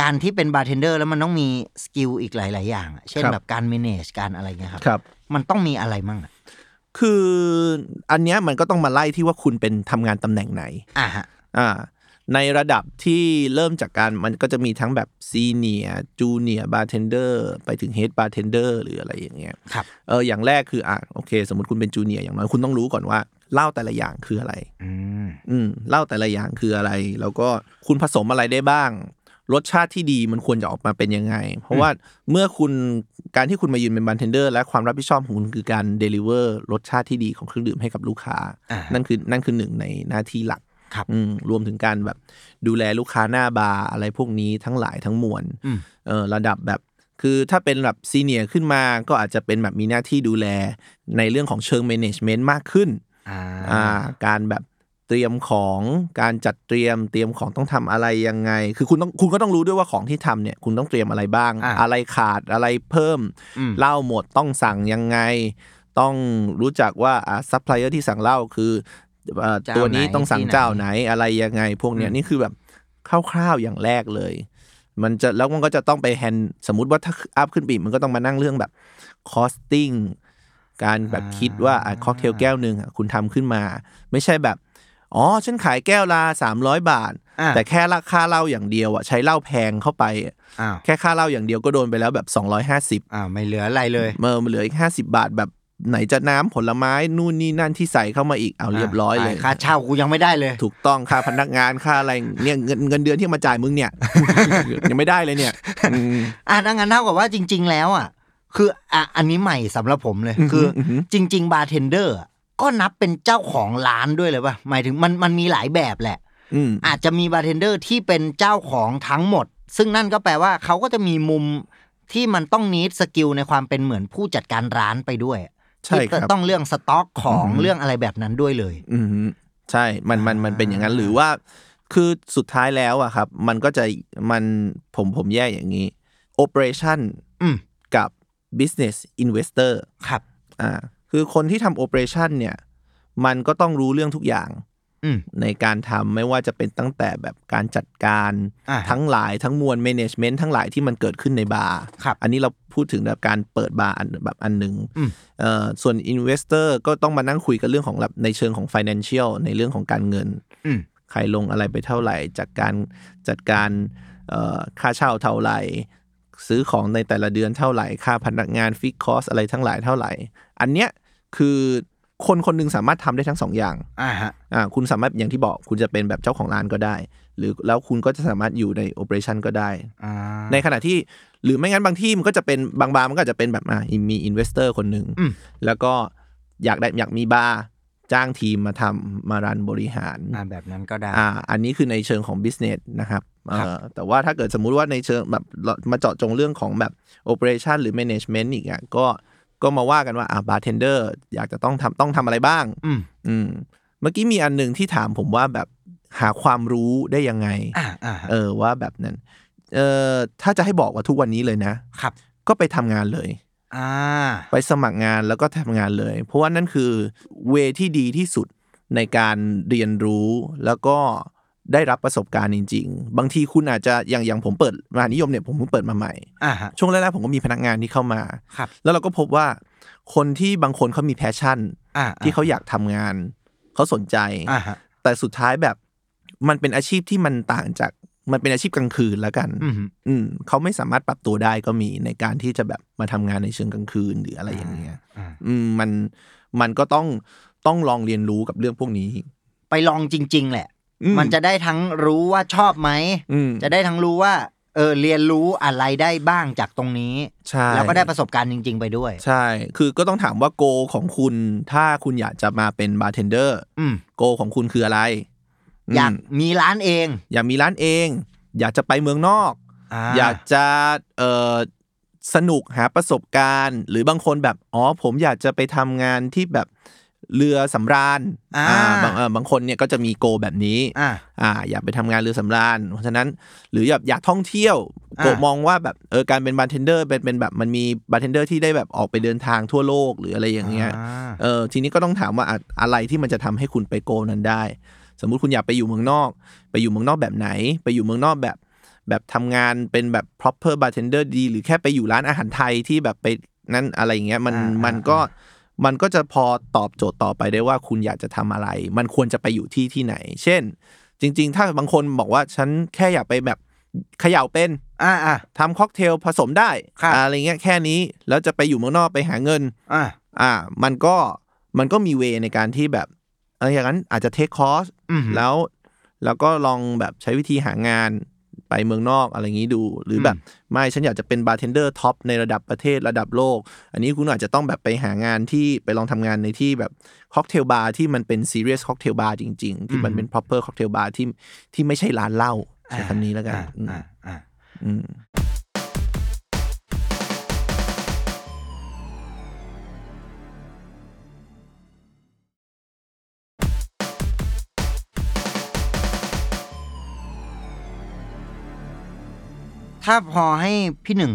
Speaker 2: การที่เป็นบาร์เทนเดอร์แล้วมันต้องมีสกิลอีกหลาย ๆ อย่างอะเช่นแบบการ manage การอะไรเงี้ยครับ
Speaker 3: ครับ
Speaker 2: มันต้องมีอะไรมั่งอะ
Speaker 3: คืออันเนี้ยมันก็ต้องมาไล่ที่ว่าคุณเป็นทำงานตำแหน่งไหน
Speaker 2: อ่าฮะ
Speaker 3: อ่า ในระดับที่เริ่มจากการมันก็จะมีทั้งแบบซีเนียจูเนียบาร์เทนเดอร์ไปถึงเฮดบาร์เทนเดอร์หรืออะไรอย่างเงี้ย
Speaker 2: ครับ
Speaker 3: เอออย่างแรกคืออ่ะโอเค สมมติคุณเป็นจูเนียอย่างน้อยคุณต้องรู้ก่อนว่าเหล้าแต่ละอย่างคืออะไร
Speaker 2: อืม
Speaker 3: อืมเหล้าแต่ละอย่างคืออะไร แล้วก็คุณผสมอะไรได้บ้าง รสชาติที่ดีมันควรจะออกมาเป็นยังไง เพราะว่าเมื่อคุณการที่คุณมายืนเป็นบาร์เทนเดอร์และความรับผิดชอบของคุณคือการเดลิเวอร์รสชาติที่ดีของเครื่องดื่มให้กับลูกค้า
Speaker 2: อ่าฮะ
Speaker 3: นั่นคือนั่นคือหนึ่งในหน้าที่หลัก
Speaker 2: ครับ
Speaker 3: อืมรวมถึงการแบบดูแลลูกค้าหน้าบาร์อะไรพวกนี้ทั้งหลายทั้งมวล
Speaker 2: อืม
Speaker 3: เออระดับแบบคือถ้าเป็นแบบซีเนียขึ้นมาก็อาจจะเป็นแบบมีหน้าที่ดูแลในเรื่องของเชิงแมネจเมนต์มากขึ้น
Speaker 2: อ่า
Speaker 3: อ่าการแบบเตรียมของการจัดเตรียมเตรียมของต้องทำอะไรยังไง คือคุณต้องคุณก็ต้องรู้ด้วยว่าของที่ทำเนี่ยคุณต้องเตรียมอะไรบ้าง
Speaker 2: อ่า
Speaker 3: อะไรขาดอะไรเพิ่ม
Speaker 2: อืม
Speaker 3: เหล้าหมดต้องสั่งยังไง ต้องรู้จักว่าอ่าซัพพลายเออร์ที่สั่งเหล้าคือเอ่อ
Speaker 2: เจ้า
Speaker 3: ตัวนี้
Speaker 2: ไหน
Speaker 3: ต้องสั่ง
Speaker 2: ที่ไหน
Speaker 3: เจ้าไหนอะไรยังไง พวกเนี้ยนี่คือแบบคร่าวๆอย่างแรกเลย มันจะแล้วมันก็จะต้องไปแฮนสมมุติว่าถ้าอัพขึ้นไปอีกมันก็ต้องมานั่งเรื่องแบบคอสติ้งการแบบคิดว่าอ่ะค็อกเทลแก้วหนึ่งอ่ะคุณทำขึ้นมา ไม่ใช่แบบ อ๋อ ฉันขายแก้วละสามร้อยบาท
Speaker 2: อ่า
Speaker 3: แต่แค่ราคาเหล้าอย่างเดียวอ่ะใช้เหล้าแพงเข้าไปอ่ะ
Speaker 2: อ้าว
Speaker 3: แค่ค่าเหล้าอย่างเดียวก็โดนไปแล้วแบบสองร้อยห้าสิบ
Speaker 2: อ้าวไม่เหลืออะไรเลย
Speaker 3: เมื่อเหลืออีกห้าสิบาทแบบไหนจะน้ำผลไม้นู่นนี่นั่นที่ใส่เข้ามาอีกเอาเรียบร้อยเลย
Speaker 2: ค่าเช่ากูยังไม่ได้เลย
Speaker 3: ถูกต้องค่าพนักงานค่าอะไรเนี่ยเงินเงินเดือนที่มา จ่ายมึงเนี่ย ยังไม่ได้เลยเนี่ยอืม
Speaker 2: อ่ะดังนั้นเท่ากับว่าจริง ๆ แล้วอ่ะ คืออ่ะอันนี้ใหม่สำหรับผมเลย คืออ
Speaker 3: อหือ
Speaker 2: จริง ๆ บาร์เทนเดอร์ก็นับเป็นเจ้าของร้านด้วยเลยป่ะ หมายถึงมันมันมีหลายแบบแหละ
Speaker 3: อืม
Speaker 2: อาจจะมีบาร์เทนเดอร์ที่เป็นเจ้าของทั้งหมด ซึ่งนั่นก็แปลว่าเขาก็จะมีมุมที่มันต้องนิดสกิลในความเป็นเหมือนผู้จัดการร้านไปด้วย
Speaker 3: ใช่
Speaker 2: ที่
Speaker 3: ครับ
Speaker 2: ต้องเรื่องสต็อกของ
Speaker 3: อืม
Speaker 2: เรื่องอะไรแบบนั้นด้วยเลย
Speaker 3: อืมใช่ มันมันมันเป็นอย่างนั้นหรือว่าคือสุดท้ายแล้วอะครับ มันก็จะมันผมผมแยกอย่างนี้ operation
Speaker 2: อืม
Speaker 3: กับ business investor
Speaker 2: ครับ
Speaker 3: อ่าคือคนที่ทำ operation เนี่ย มันก็ต้องรู้เรื่องทุกอย่าง
Speaker 2: อืม
Speaker 3: ในการทำไม่ว่าจะเป็นตั้งแต่แบบการจัดการ
Speaker 2: อ่า
Speaker 3: ทั้งหลายทั้งมวล management ทั้งหลายที่มันเกิดขึ้นในบาร์
Speaker 2: ครับ
Speaker 3: อันนี้เราพูดถึงแบบการเปิดบาร์อันแบบอันหนึ่ง
Speaker 2: อืม
Speaker 3: เอ่อส่วน investor ก็ต้องมานั่งคุยกันเรื่องของแบบในเชิงของ financial ในเรื่องของการเงิน
Speaker 2: อืม
Speaker 3: ใครลงอะไรไปเท่าไหร่ จากการจัดการเอ่อค่าเช่าเท่าไหร่ ซื้อของในแต่ละเดือนเท่าไหร่ ค่าพนักงานฟิกคอสอะไรทั้งหลายเท่าไหร่ อันเนี้ยคือคนคนหนึงสามารถทำได้ทั้งสองอย่าง
Speaker 2: อ่าฮะ
Speaker 3: อ่าคุณสามารถอย่างที่บอกคุณจะเป็นแบบเจ้าของร้านก็ได้ หรือแล้วคุณก็จะสามารถอยู่ในโอเปอเรชันก็ได้
Speaker 2: อ่า
Speaker 3: ในขณะที่หรือไม่งั้นบางที่มันก็จะเป็นบางบาร์มันก็อาจจะเป็นแบบอ่ามีอินเวสเตอร์คนหนึ่ง
Speaker 2: อืม
Speaker 3: แล้วก็อยากได้อยากมีบาร์จ้างทีมมาทำมารันบริหาร
Speaker 2: อ่าแบบนั้นก็ได้
Speaker 3: อ่าอันนี้คือในเชิงของ business นะครับเอ่อแต่ว่าถ้าเกิดสมมุติว่าในเชิงแบบเรามาเจาะจงเรื่องของแบบ operation หรือ management อีกอ่ะก็ก็มาว่ากันว่าอ่า bartender อยากจะต้องทำต้องทำอะไรบ้าง
Speaker 2: อืม
Speaker 3: อืมเมื่อกี้มีอันหนึ่งที่ถามผมว่าแบบหาความรู้ได้ยังไง
Speaker 2: อ่าอ่าฮะ
Speaker 3: เออว่าแบบนั้นเออถ้าจะให้บอกว่าทุกวันนี้เลยนะ
Speaker 2: ครับ
Speaker 3: ก็ไปทำงานเลย
Speaker 2: อ่า
Speaker 3: ไปสมัครงานแล้วก็ทำงานเลย เพราะว่านั่นคือเวที่ดีที่สุดในการเรียนรู้แล้วก็ได้รับประสบการณ์จริง ๆ บางทีคุณอาจจะอย่างอย่างผมเปิดมหานิยมเนี่ยผมเพิ่งเปิดมาใหม่
Speaker 2: อ่าฮะ
Speaker 3: ช่วงแรกๆผมก็มีพนักงานที่เข้ามา
Speaker 2: ครับ
Speaker 3: แล้วเราก็พบว่าคนที่บางคนเขามีแพชชั่น
Speaker 2: อ่า
Speaker 3: ที่เขาอยากทำงาน เขาสนใจ
Speaker 2: อ่าฮะ
Speaker 3: แต่สุดท้ายแบบมันเป็นอาชีพที่มันต่างจากมันเป็นอาชีพกลางคืนแล้วกัน
Speaker 2: อืม
Speaker 3: อืมเขาไม่สามารถปรับตัวได้ก็มีในการที่จะแบบมาทำงานในเชิงกลางคืนหรืออะไรอย่างเงี้ย
Speaker 2: อ่า
Speaker 3: อืมมันมันก็ต้องต้องลองเรียนรู้กับเรื่องพวกนี้
Speaker 2: ไปลองจริง ๆ แหละ
Speaker 3: อื
Speaker 2: มันจะได้ทั้งรู้ว่าชอบไหม
Speaker 3: อืม
Speaker 2: จะได้ทั้งรู้ว่า เออ เรียนรู้อะไรได้บ้างจากตรงนี้
Speaker 3: ใช่
Speaker 2: แล้วก็ได้ประสบการณ์จริง ๆ ไปด้วย
Speaker 3: ใช่ คือก็ต้องถามว่าโกของคุณ ถ้าคุณอยากจะมาเป็นบาร์เทนเดอร์
Speaker 2: อืม
Speaker 3: โกของคุณคืออะไรม
Speaker 2: อยากมีร้านเอง
Speaker 3: อยากมีร้านเอง อยากจะไปเมืองนอก อยากจะเออสนุกหาประสบการณ์ หรือบางคนแบบอ๋อผมอยากจะไปทำงานที่แบบเรือสำราญ
Speaker 2: อ่า
Speaker 3: บางเออบางคนเนี่ยก็จะมีโกแบบนี้
Speaker 2: อ่า
Speaker 3: อ่าอยากไปทำงานเรือสำราญเพราะฉะนั้นหรืออยากอยากท่องเที่ยว
Speaker 2: อ่า
Speaker 3: โกะมองว่าแบบเออการเป็นบาร์เทนเดอร์เป็นเป็นแบบมันมีบาร์เทนเดอร์ที่ได้แบบออกไปเดินทางทั่วโลกหรืออะไรอย่างเงี้ย
Speaker 2: า
Speaker 3: เออทีนี้ก็ต้องถามว่าอะอะไรที่มันจะทำให้คุณไปโกลนั้นได้ สมมุติคุณอยากไปอยู่เมืองนอก ไปอยู่เมืองนอกแบบไหน ไปอยู่เมืองนอกแบบ แบบทำงานเป็นแบบ proper bartender ดี หรือแค่ไปอยู่ร้านอาหารไทยที่แบบไปนั่นอะไรอย่างเงี้ยมัน
Speaker 2: อ่ามั
Speaker 3: มันก็มันก็จะพอตอบโจทย์ต่อไปได้ว่าคุณอยากจะทำอะไร มันควรจะไปอยู่ที่ที่ไหน เช่น จริง ๆ ถ้าบางคนบอกว่าฉันแค่อยากไปแบบเขย่าเป็น
Speaker 2: อ่าอ่า
Speaker 3: ทำค็อกเทลผสมได้
Speaker 2: ครับ
Speaker 3: อะไรเงี้ยแค่นี้แล้วจะไปอยู่เมืองนอกไปหาเงิน
Speaker 2: อ่า
Speaker 3: อ่ามันก็มันก็มีเวในการที่แบบเอออย่างนั้นอาจจะเทคคอร์ส
Speaker 2: อือหือ
Speaker 3: แล้วแล้วก็ลองแบบใช้วิธีหางานไปเมืองนอกอะไรอย่างนี้ดู หรืออ
Speaker 2: ม
Speaker 3: แบบไม่ฉันอยากจะเป็นบาร์เทนเดอร์ท็อปในระดับประเทศระดับโลก อันนี้คุณอาจจะต้องแบบไปหางานที่ไปลองทำงานในที่แบบค็อกเทลบาร์ที่มันเป็นซีเรียสค็อกเทลบาร์จริง ๆ ที่มันเป็น proper ค็อกเทลบาร์ที่ที่ไม่ใช่ร้านเหล้าใช้คำนี้แล้วกัน
Speaker 2: อ่า
Speaker 3: อืม
Speaker 2: อ่าอ่า
Speaker 3: อืม
Speaker 2: ถ้าพอให้พี่หนึ่ง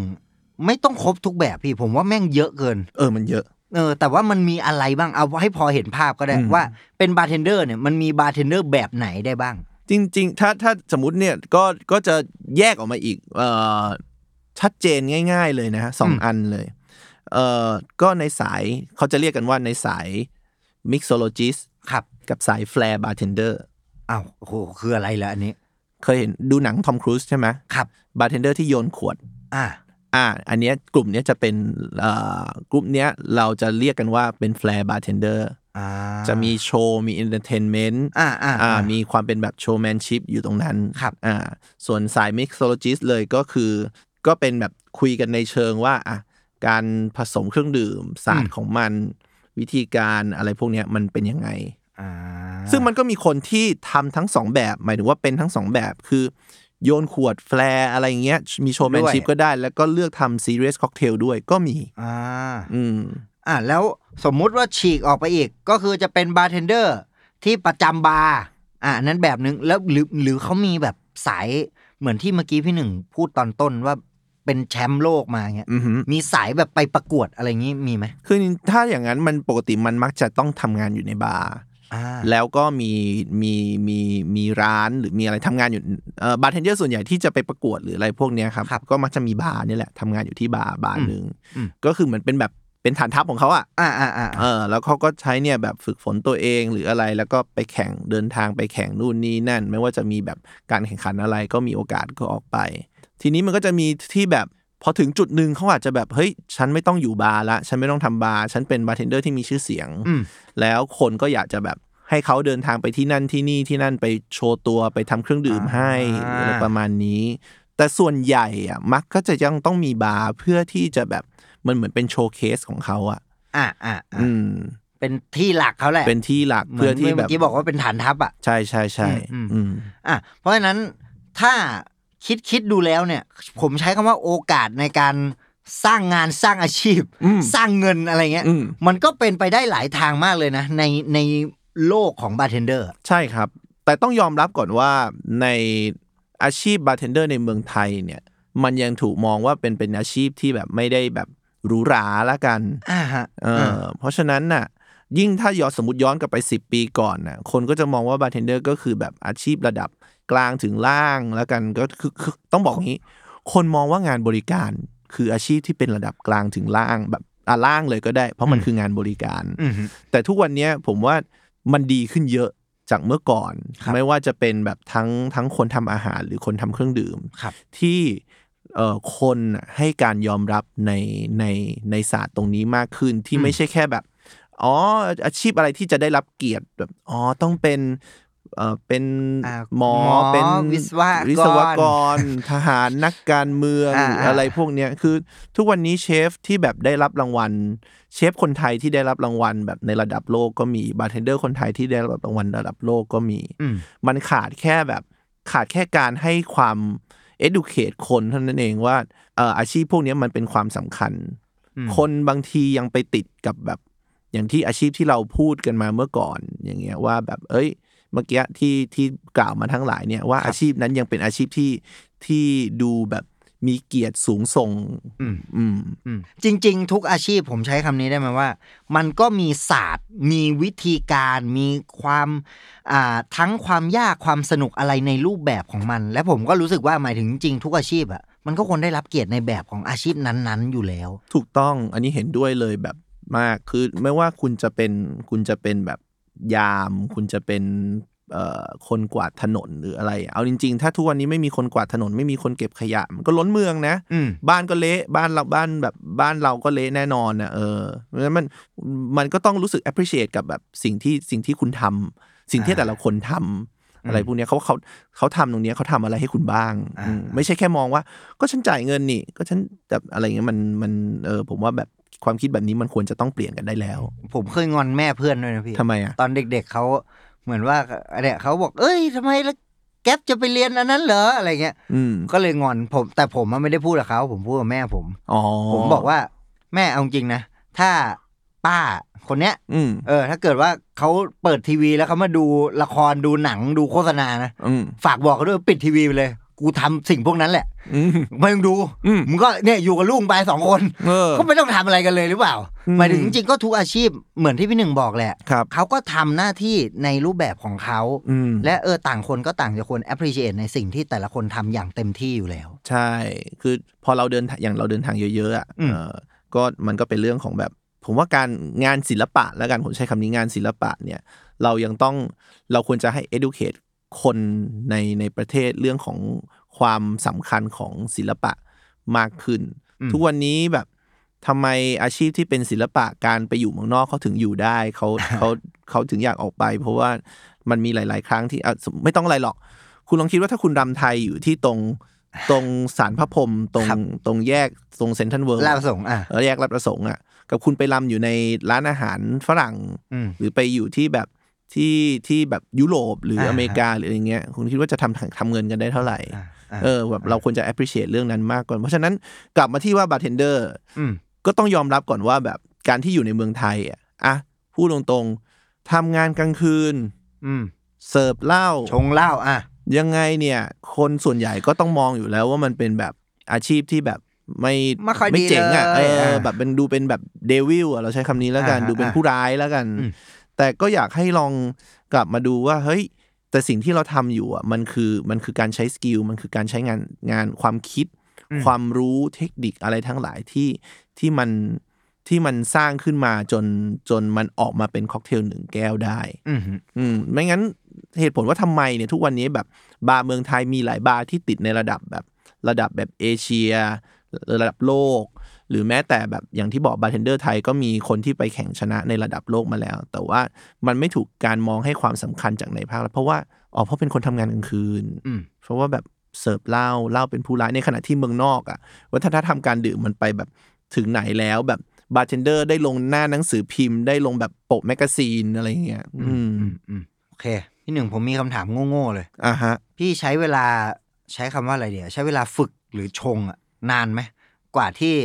Speaker 2: ไม่ต้องครบทุกแบบพี่ผมว่าแม่งเยอะเกิน
Speaker 3: เออมันเยอะ
Speaker 2: เออแต่ว่ามันมีอะไรบ้างเอาให้พอเห็นภาพก็ได้
Speaker 3: อืม
Speaker 2: ว่าเป็นบาร์เทนเดอร์เนี่ยมันมีบาร์เทนเดอร์แบบไหนได้บ้าง
Speaker 3: จริงๆ ถ้าถ้าสมมติเนี่ยก็ก็จะแยกออกมาอีกเอ่อชัดเจนง่าย ๆเลยนะฮะสอง
Speaker 2: อืม
Speaker 3: อันเลยเอ่อก็ในสายเขาจะเรียกกันว่าในสาย mixologist
Speaker 2: ครับ
Speaker 3: กับสาย flair bartender
Speaker 2: อ้าวโอ้โหคืออะไรล่ะอันนี้
Speaker 3: เคยเห็นดูหนังทอมครูซใช่ไหม
Speaker 2: ครับ
Speaker 3: bartender ที่โยนขวด
Speaker 2: อ่า
Speaker 3: อ่า อันเนี้ยกลุ่มเนี้ยจะเป็นเอ่อกลุ่มเนี้ยเราจะเรียกกันว่าเป็น flair bartender
Speaker 2: อ่า
Speaker 3: จะมีโชว์มี entertainment
Speaker 2: อ่าอ่า
Speaker 3: อ่ามีความเป็นแบบโชว์แมนชิพอยู่ตรงนั้น
Speaker 2: ครับ
Speaker 3: อ่าส่วนสายมิกโซโลจิสเลยก็คือ ก็เป็นแบบคุยกันในเชิงว่าอ่ะ การผสมเครื่องดื่มศาสตร์ของมัน วิธีการอะไรพวกเนี้ยมันเป็นยังไง
Speaker 1: อ่า
Speaker 3: ซึ่งมันก็มีคนที่ทำทั้งสองแบบ หมายถึงว่าเป็นทั้งสองแบบคือโยนขวดแฟร์อะไรอย่างเงี้ยมีโชว์แมนชิพก็ได้ แล้วก็เลือกทำซีเรียสค็อกเทลด้วยก็มี
Speaker 1: อ่า
Speaker 3: อืม
Speaker 2: อ่ะแล้วสมมุติว่าฉีกออกไปอีกก็คือจะเป็นบาร์เทนเดอร์ที่ประจำบาร์อ่ะนั้นแบบนึงแล้วหรือหรือเขามีแบบสายเหมือนที่เมื่อกี้พี่หนึ่งพูดตอนต้นว่าเป็นแชมป์โลกมาเงี้ย
Speaker 3: อือหือ
Speaker 2: มีสายแบบไปประกวดอะไรงี้มีไหม
Speaker 3: คือถ้าอย่างนั้นมันปกติมันมักจะต้องทำงานอยู่ในบาร์
Speaker 2: อ่า
Speaker 3: แล้วก็มีมีมีมีร้านหรือมีอะไรทำงานอยู่เอ่อบาร์เทนเดอร์ส่วนใหญ่ที่จะไปประกวดหรืออะไรพวกเนี้ยครับก็มักจะมีบาร์เนี่ยแหละทำงานอยู่ที่บาร์บาร์หนึ่งก็คือเหมือนเป็นแบบเป็นฐานทัพของเขาอ่ะ
Speaker 2: อ่าอ่าอ่า
Speaker 3: เออแล้วเขาก็ใช้เนี่ยแบบฝึกฝนตัวเองหรืออะไรแล้วก็ไปแข่งเดินทางไปแข่งนู่นนี่นั่น ไม่ว่าจะมีแบบการแข่งขันอะไรก็มีโอกาสก็ออกไป ทีนี้มันก็จะมีที่แบบพอถึงจุดหนึ่งเขาอาจจะแบบเฮ้ยฉันไม่ต้องอยู่บาร์ละฉันไม่ต้องทำบาร์ฉันเป็นบาร์เทนเดอร์ที่มีชื่อเสียง
Speaker 2: อืม
Speaker 3: แล้วคนก็อยากจะแบบให้เขาเดินทางไปที่นั่นที่นี่ที่นั่นไปโชว์ตัวไปทำเครื่องดื่มให้หรืออะไรประมาณนี้ แต่ส่วนใหญ่อะมักก็จะยังต้องมีบาร์เพื่อที่จะแบบมันเหมือนเป็นโชว์เคสของเขาอ่ะ
Speaker 2: อ่าอ่าอ่า
Speaker 3: อืม
Speaker 2: เป็นที่หลักเขาแหละ
Speaker 3: เป็นที่หลัก
Speaker 2: เหมื
Speaker 3: เพื่
Speaker 2: อ
Speaker 3: อน ที่แบ
Speaker 2: เมื่
Speaker 3: บ
Speaker 2: อกี้บอกว่าเป็นฐานทัพอ่ะ
Speaker 3: ใช่ใช่ใช่
Speaker 2: อืมอื
Speaker 3: อื
Speaker 2: ม
Speaker 3: ม
Speaker 2: อ่ะเพราะฉะนั้นถ้าคิดคิดดูแล้วเนี่ย ผมใช้คำว่าโอกาสในการสร้างงานสร้างอาชีพ
Speaker 3: อืม
Speaker 2: สร้างเงินอะไรเงี้ย
Speaker 3: อืม
Speaker 2: มันก็เป็นไปได้หลายทางมากเลยนะ ในในโลกของบาร์เทนเดอร์
Speaker 3: ใช่ครับ แต่ต้องยอมรับก่อนว่าในอาชีพบาร์เทนเดอร์ในเมืองไทยเนี่ย มันยังถูกมองว่าเป็นเป็นอาชีพที่แบบไม่ได้แบบหรูหราละกัน
Speaker 2: อ่าฮะ
Speaker 3: เออเพราะฉะนั้นน่ะยิ่งถ้าย้อนสมมติย้อนกลับไป 10 ปีก่อนน่ะคนก็จะมองว่าบาร์เทนเดอร์ก็คือแบบอาชีพระดับกลางถึงล่างแล้วกันก็คือคือต้องบอกงี้ คนมองว่างานบริการคืออาชีพที่เป็นระดับกลางถึงล่างแบบอ่ะล่างเลยก็ได้ เพราะมันคืองานบริการ
Speaker 2: อืม
Speaker 3: แต่ทุกวันเนี้ยผมว่ามันดีขึ้นเยอะจากเมื่อก่อน
Speaker 2: ครับ
Speaker 3: ไม่ว่าจะเป็นแบบทั้งทั้งคนทำอาหารหรือคนทำเครื่องดื่ม
Speaker 2: ครับ
Speaker 3: ที่เอ่อคนน่ะให้การยอมรับในในในศาสตร์ตรงนี้มากขึ้นที่
Speaker 2: อืม
Speaker 3: ไม่ใช่แค่แบบ อ๋ออาชีพอะไรที่จะได้รับเกียรติแบบอ๋อต้องเป็นเอ่อเป็น
Speaker 2: อ่า
Speaker 3: หมอ
Speaker 2: หมอ
Speaker 3: เป็น
Speaker 2: วิศวกร
Speaker 3: วิศวกร ทหารนักการเมือง
Speaker 2: อ่า
Speaker 3: หรืออะไรพวกเนี้ยคือทุกวันนี้เชฟที่แบบได้รับรางวัล เชฟคนไทยที่ได้รับรางวัลแบบในระดับโลกก็มีบาร์เทนเดอร์คนไทยที่ได้รับรางวัลระดับโลกก็มี
Speaker 2: อืม
Speaker 3: มันขาดแค่แบบขาดแค่การให้ความ educate คนเท่านั้นเองว่าเอ่ออาชีพพวกเนี้ยมันเป็นความสำคัญ
Speaker 2: อืม
Speaker 3: คนบางทียังไปติดกับแบบ อย่างที่อาชีพที่เราพูดกันมาเมื่อก่อนอย่างเงี้ยว่าแบบเอ้ย เมื่อกี้ที่ที่กล่าวมาทั้งหลายเนี่ยว่าอาชีพนั้นยังเป็นอาชีพที่ที่ดูแบบมีเกียรติสูงส่ง
Speaker 2: อืม
Speaker 3: อืม
Speaker 2: อืมจริง ๆ ทุกอาชีพผมใช้คำนี้ได้ไหมว่า มันก็มีศาสตร์ มีวิธีการมีความอ่าทั้งความยากความสนุกอะไรในรูปแบบของมัน และผมก็รู้สึกว่าหมายถึงจริงๆทุกอาชีพอะมันก็ควรได้รับเกียรติในแบบของอาชีพนั้นๆ อยู่แล้ว
Speaker 3: ถูกต้อง อันนี้เห็นด้วยเลยแบบมาก คือไม่ว่าคุณจะเป็นคุณจะเป็นแบบยาม คุณจะเป็นเอ่อคนกวาดถนนหรืออะไร เอาจริง ๆ ถ้าทุกวันนี้ไม่มีคนกวาดถนนไม่มีคนเก็บขยะ มันก็ล้นเมืองนะ
Speaker 2: อืม
Speaker 3: บ้านก็เละบ้านเราบ้านแบบบ้านเราก็เละแน่นอนนะเออเพราะฉะนั้นมันมันก็ต้องรู้สึก appreciate กับแบบสิ่งที่สิ่งที่คุณทำสิ่งที่
Speaker 2: อ่า
Speaker 3: แต่ละคนทำอะไรพวกเนี้ยเขาเขาเขาทำตรงเนี้ยเขาทำอะไรให้คุณบ้าง
Speaker 2: อ่า
Speaker 3: อืมไม่ใช่แค่มองว่า ก็ฉันจ่ายเงินนี่ ก็ฉันแบบอะไรเงี้ยมันมันเออผมว่าแบบความคิดแบบนี้มันควรจะต้องเปลี่ยนกันได้แล้ว
Speaker 2: ผมเคยงอนแม่เพื่อนด้วยนะพี่
Speaker 3: ทำไมอ่ะ
Speaker 2: ตอนเด็กๆเขาเหมือนว่าเนี่ยเขาบอก เอ้ยทำไมแล้วแก๊ปจะไปเรียนอันนั้นเหรออะไรเงี้ย
Speaker 3: อืม
Speaker 2: ก็เลยงอนผม แต่ผมอะไม่ได้พูดกับเขาผมพูดกับแม่ผม
Speaker 3: อ๋อ
Speaker 2: ผมบอกว่าแม่เอาจริงนะ ถ้าป้าคนเนี้ย
Speaker 3: อืม
Speaker 2: เออ ถ้าเกิดว่าเขาเปิดทีวีแล้วเขามาดูละครดูหนังดูโฆษณานะ
Speaker 3: อืม
Speaker 2: ฝากบอกเขาด้วยปิดทีวีไปเลย กูทำสิ่งพวกนั้นแหละ
Speaker 3: อืม
Speaker 2: ไม่ต้องดู
Speaker 3: อืม
Speaker 2: มึงก็เนี่ยอยู่กับลูกไปสองคน
Speaker 3: เออ
Speaker 2: ก็ไม่ต้องทำอะไรกันเลยหรือเปล่า
Speaker 3: อืม
Speaker 2: หมายถึงจริงๆก็ทุกอาชีพเหมือนที่พี่หนึ่งบอกแหละ
Speaker 3: ครับ
Speaker 2: เขาก็ทำหน้าที่ในรูปแบบของเขา
Speaker 3: อืม
Speaker 2: และเออต่างคนก็ต่างจะควร appreciate ในสิ่งที่แต่ละคนทำอย่างเต็มที่อยู่แล้ว
Speaker 3: ใช่ คือพอเราเดินทางอย่างเราเดินทางเยอะๆอ่ะ
Speaker 2: อืม
Speaker 3: เอ่อก็มันก็เป็นเรื่องของแบบ ผมว่าการงานศิลปะแล้วกันผมใช้คำนี้งานศิลปะเนี่ย เรายังต้องเราควรจะให้ educate คนในในประเทศเรื่องของความสำคัญของศิลปะมากขึ้น
Speaker 2: อืม
Speaker 3: ทุกวันนี้แบบทำไมอาชีพที่เป็นศิลปะการไปอยู่เมืองนอกเขาถึงอยู่ได้เขา เขาเขาถึงอยากออกไป เพราะว่ามันมีหลาย ๆ ครั้งที่อ่ะสมไม่ต้องอะไรหรอก คุณลองคิดว่าถ้าคุณรำไทยอยู่ที่ตรง ตรงสารพระพรหมตรง
Speaker 2: ครับ
Speaker 3: ตรงแยกตรงเซนทรัลเวิลด์
Speaker 2: ลาบประสงค์อ่ะ
Speaker 3: แยกลาดประสงค์อ่ะกับคุณไปลำอยู่ในร้านอาหารฝรั่ง
Speaker 2: อืม
Speaker 3: หรือไปอยู่ที่แบบที่ที่แบบยุโรปหรือ
Speaker 2: ฮะ
Speaker 3: อเมริกาหรืออะไรเงี้ยคุณคิดว่าจะทำทำเงินกันได้เท่าไหร่
Speaker 2: อ่าอ่า
Speaker 3: เออแบบเราควรจะ appreciate เรื่องนั้นมากกว่าเพราะฉะนั้นกลับมาที่ว่าบาร์เทนเดอร์
Speaker 2: อืม
Speaker 3: ก็ต้องยอมรับก่อนว่าแบบการที่อยู่ในเมืองไทยอ่ะอ่ะพูดตรงๆทำงานกลางคืน
Speaker 2: อืม
Speaker 3: เสิร์ฟเหล้า
Speaker 2: ชงเหล้าอ่ะ
Speaker 3: ยังไงเนี่ย คนส่วนใหญ่ก็ต้องมองอยู่แล้วว่ามันเป็นแบบอาชีพที่แบบไม่
Speaker 2: ไม่ค่อยดี
Speaker 3: เจ๋งอ่ะ
Speaker 2: เลย
Speaker 3: เออ
Speaker 2: อ่ะ
Speaker 3: แบบเป็นดูเป็นแบบเดวิลอ่ะเราใช้คำนี้แล้วกัน
Speaker 2: อ่าฮะ
Speaker 3: ดูเป็นผู้ร้ายแล้วกัน
Speaker 2: อืม
Speaker 3: แต่ก็อยากให้ลองกลับมาดูว่าเฮ้ย แต่สิ่งที่เราทำอยู่อ่ะมันคือมันคือการใช้สกิลมันคือการใช้งานงานความคิด ความรู้เทคนิคอะไรทั้งหลายที่ที่มันที่มันสร้างขึ้นมาจนจนมันออกมาเป็นค็อกเทลหนึ่งแก้วได้
Speaker 2: อืม
Speaker 3: อืมไม่งั้นเหตุผลว่าทำไมเนี่ยทุกวันนี้แบบบาร์เมืองไทยมีหลายบาร์ที่ติดในระดับแบบระดับแบบเอเชีย ระดับโลก หรือแม้แต่แบบอย่างที่บอกบาร์เทนเดอร์ไทยก็มีคนที่ไปแข่งชนะในระดับโลกมาแล้ว แต่ว่ามันไม่ถูกการมองให้ความสำคัญจากในภาครัฐเพราะว่าอ๋อเพราะเป็นคนทำงานกลางคืน
Speaker 2: อืม
Speaker 3: เพราะว่าแบบเสิร์ฟเหล้าเหล้าเป็นผู้ร้ายในขณะที่เมืองนอกอะ่ะวัฒนธรรมการดื่มมันไปแบบถึงไหนแล้วแบบบาร์เทนเดอร์ได้ลงหน้าหนังสือพิมพ์ได้ลงแบบปกแมกกาซีนอะไรอย่างเงี้ยอืม
Speaker 2: อืมโอเค พี่หนึ่งผมมีคำถามโง่ๆเลย
Speaker 3: อ่ะฮะ
Speaker 2: พี่ใช้เวลาใช้คำว่าอะไรเดี๋ยว ใช้เวลาฝึกหรือชงอะนานไหมกว่าที่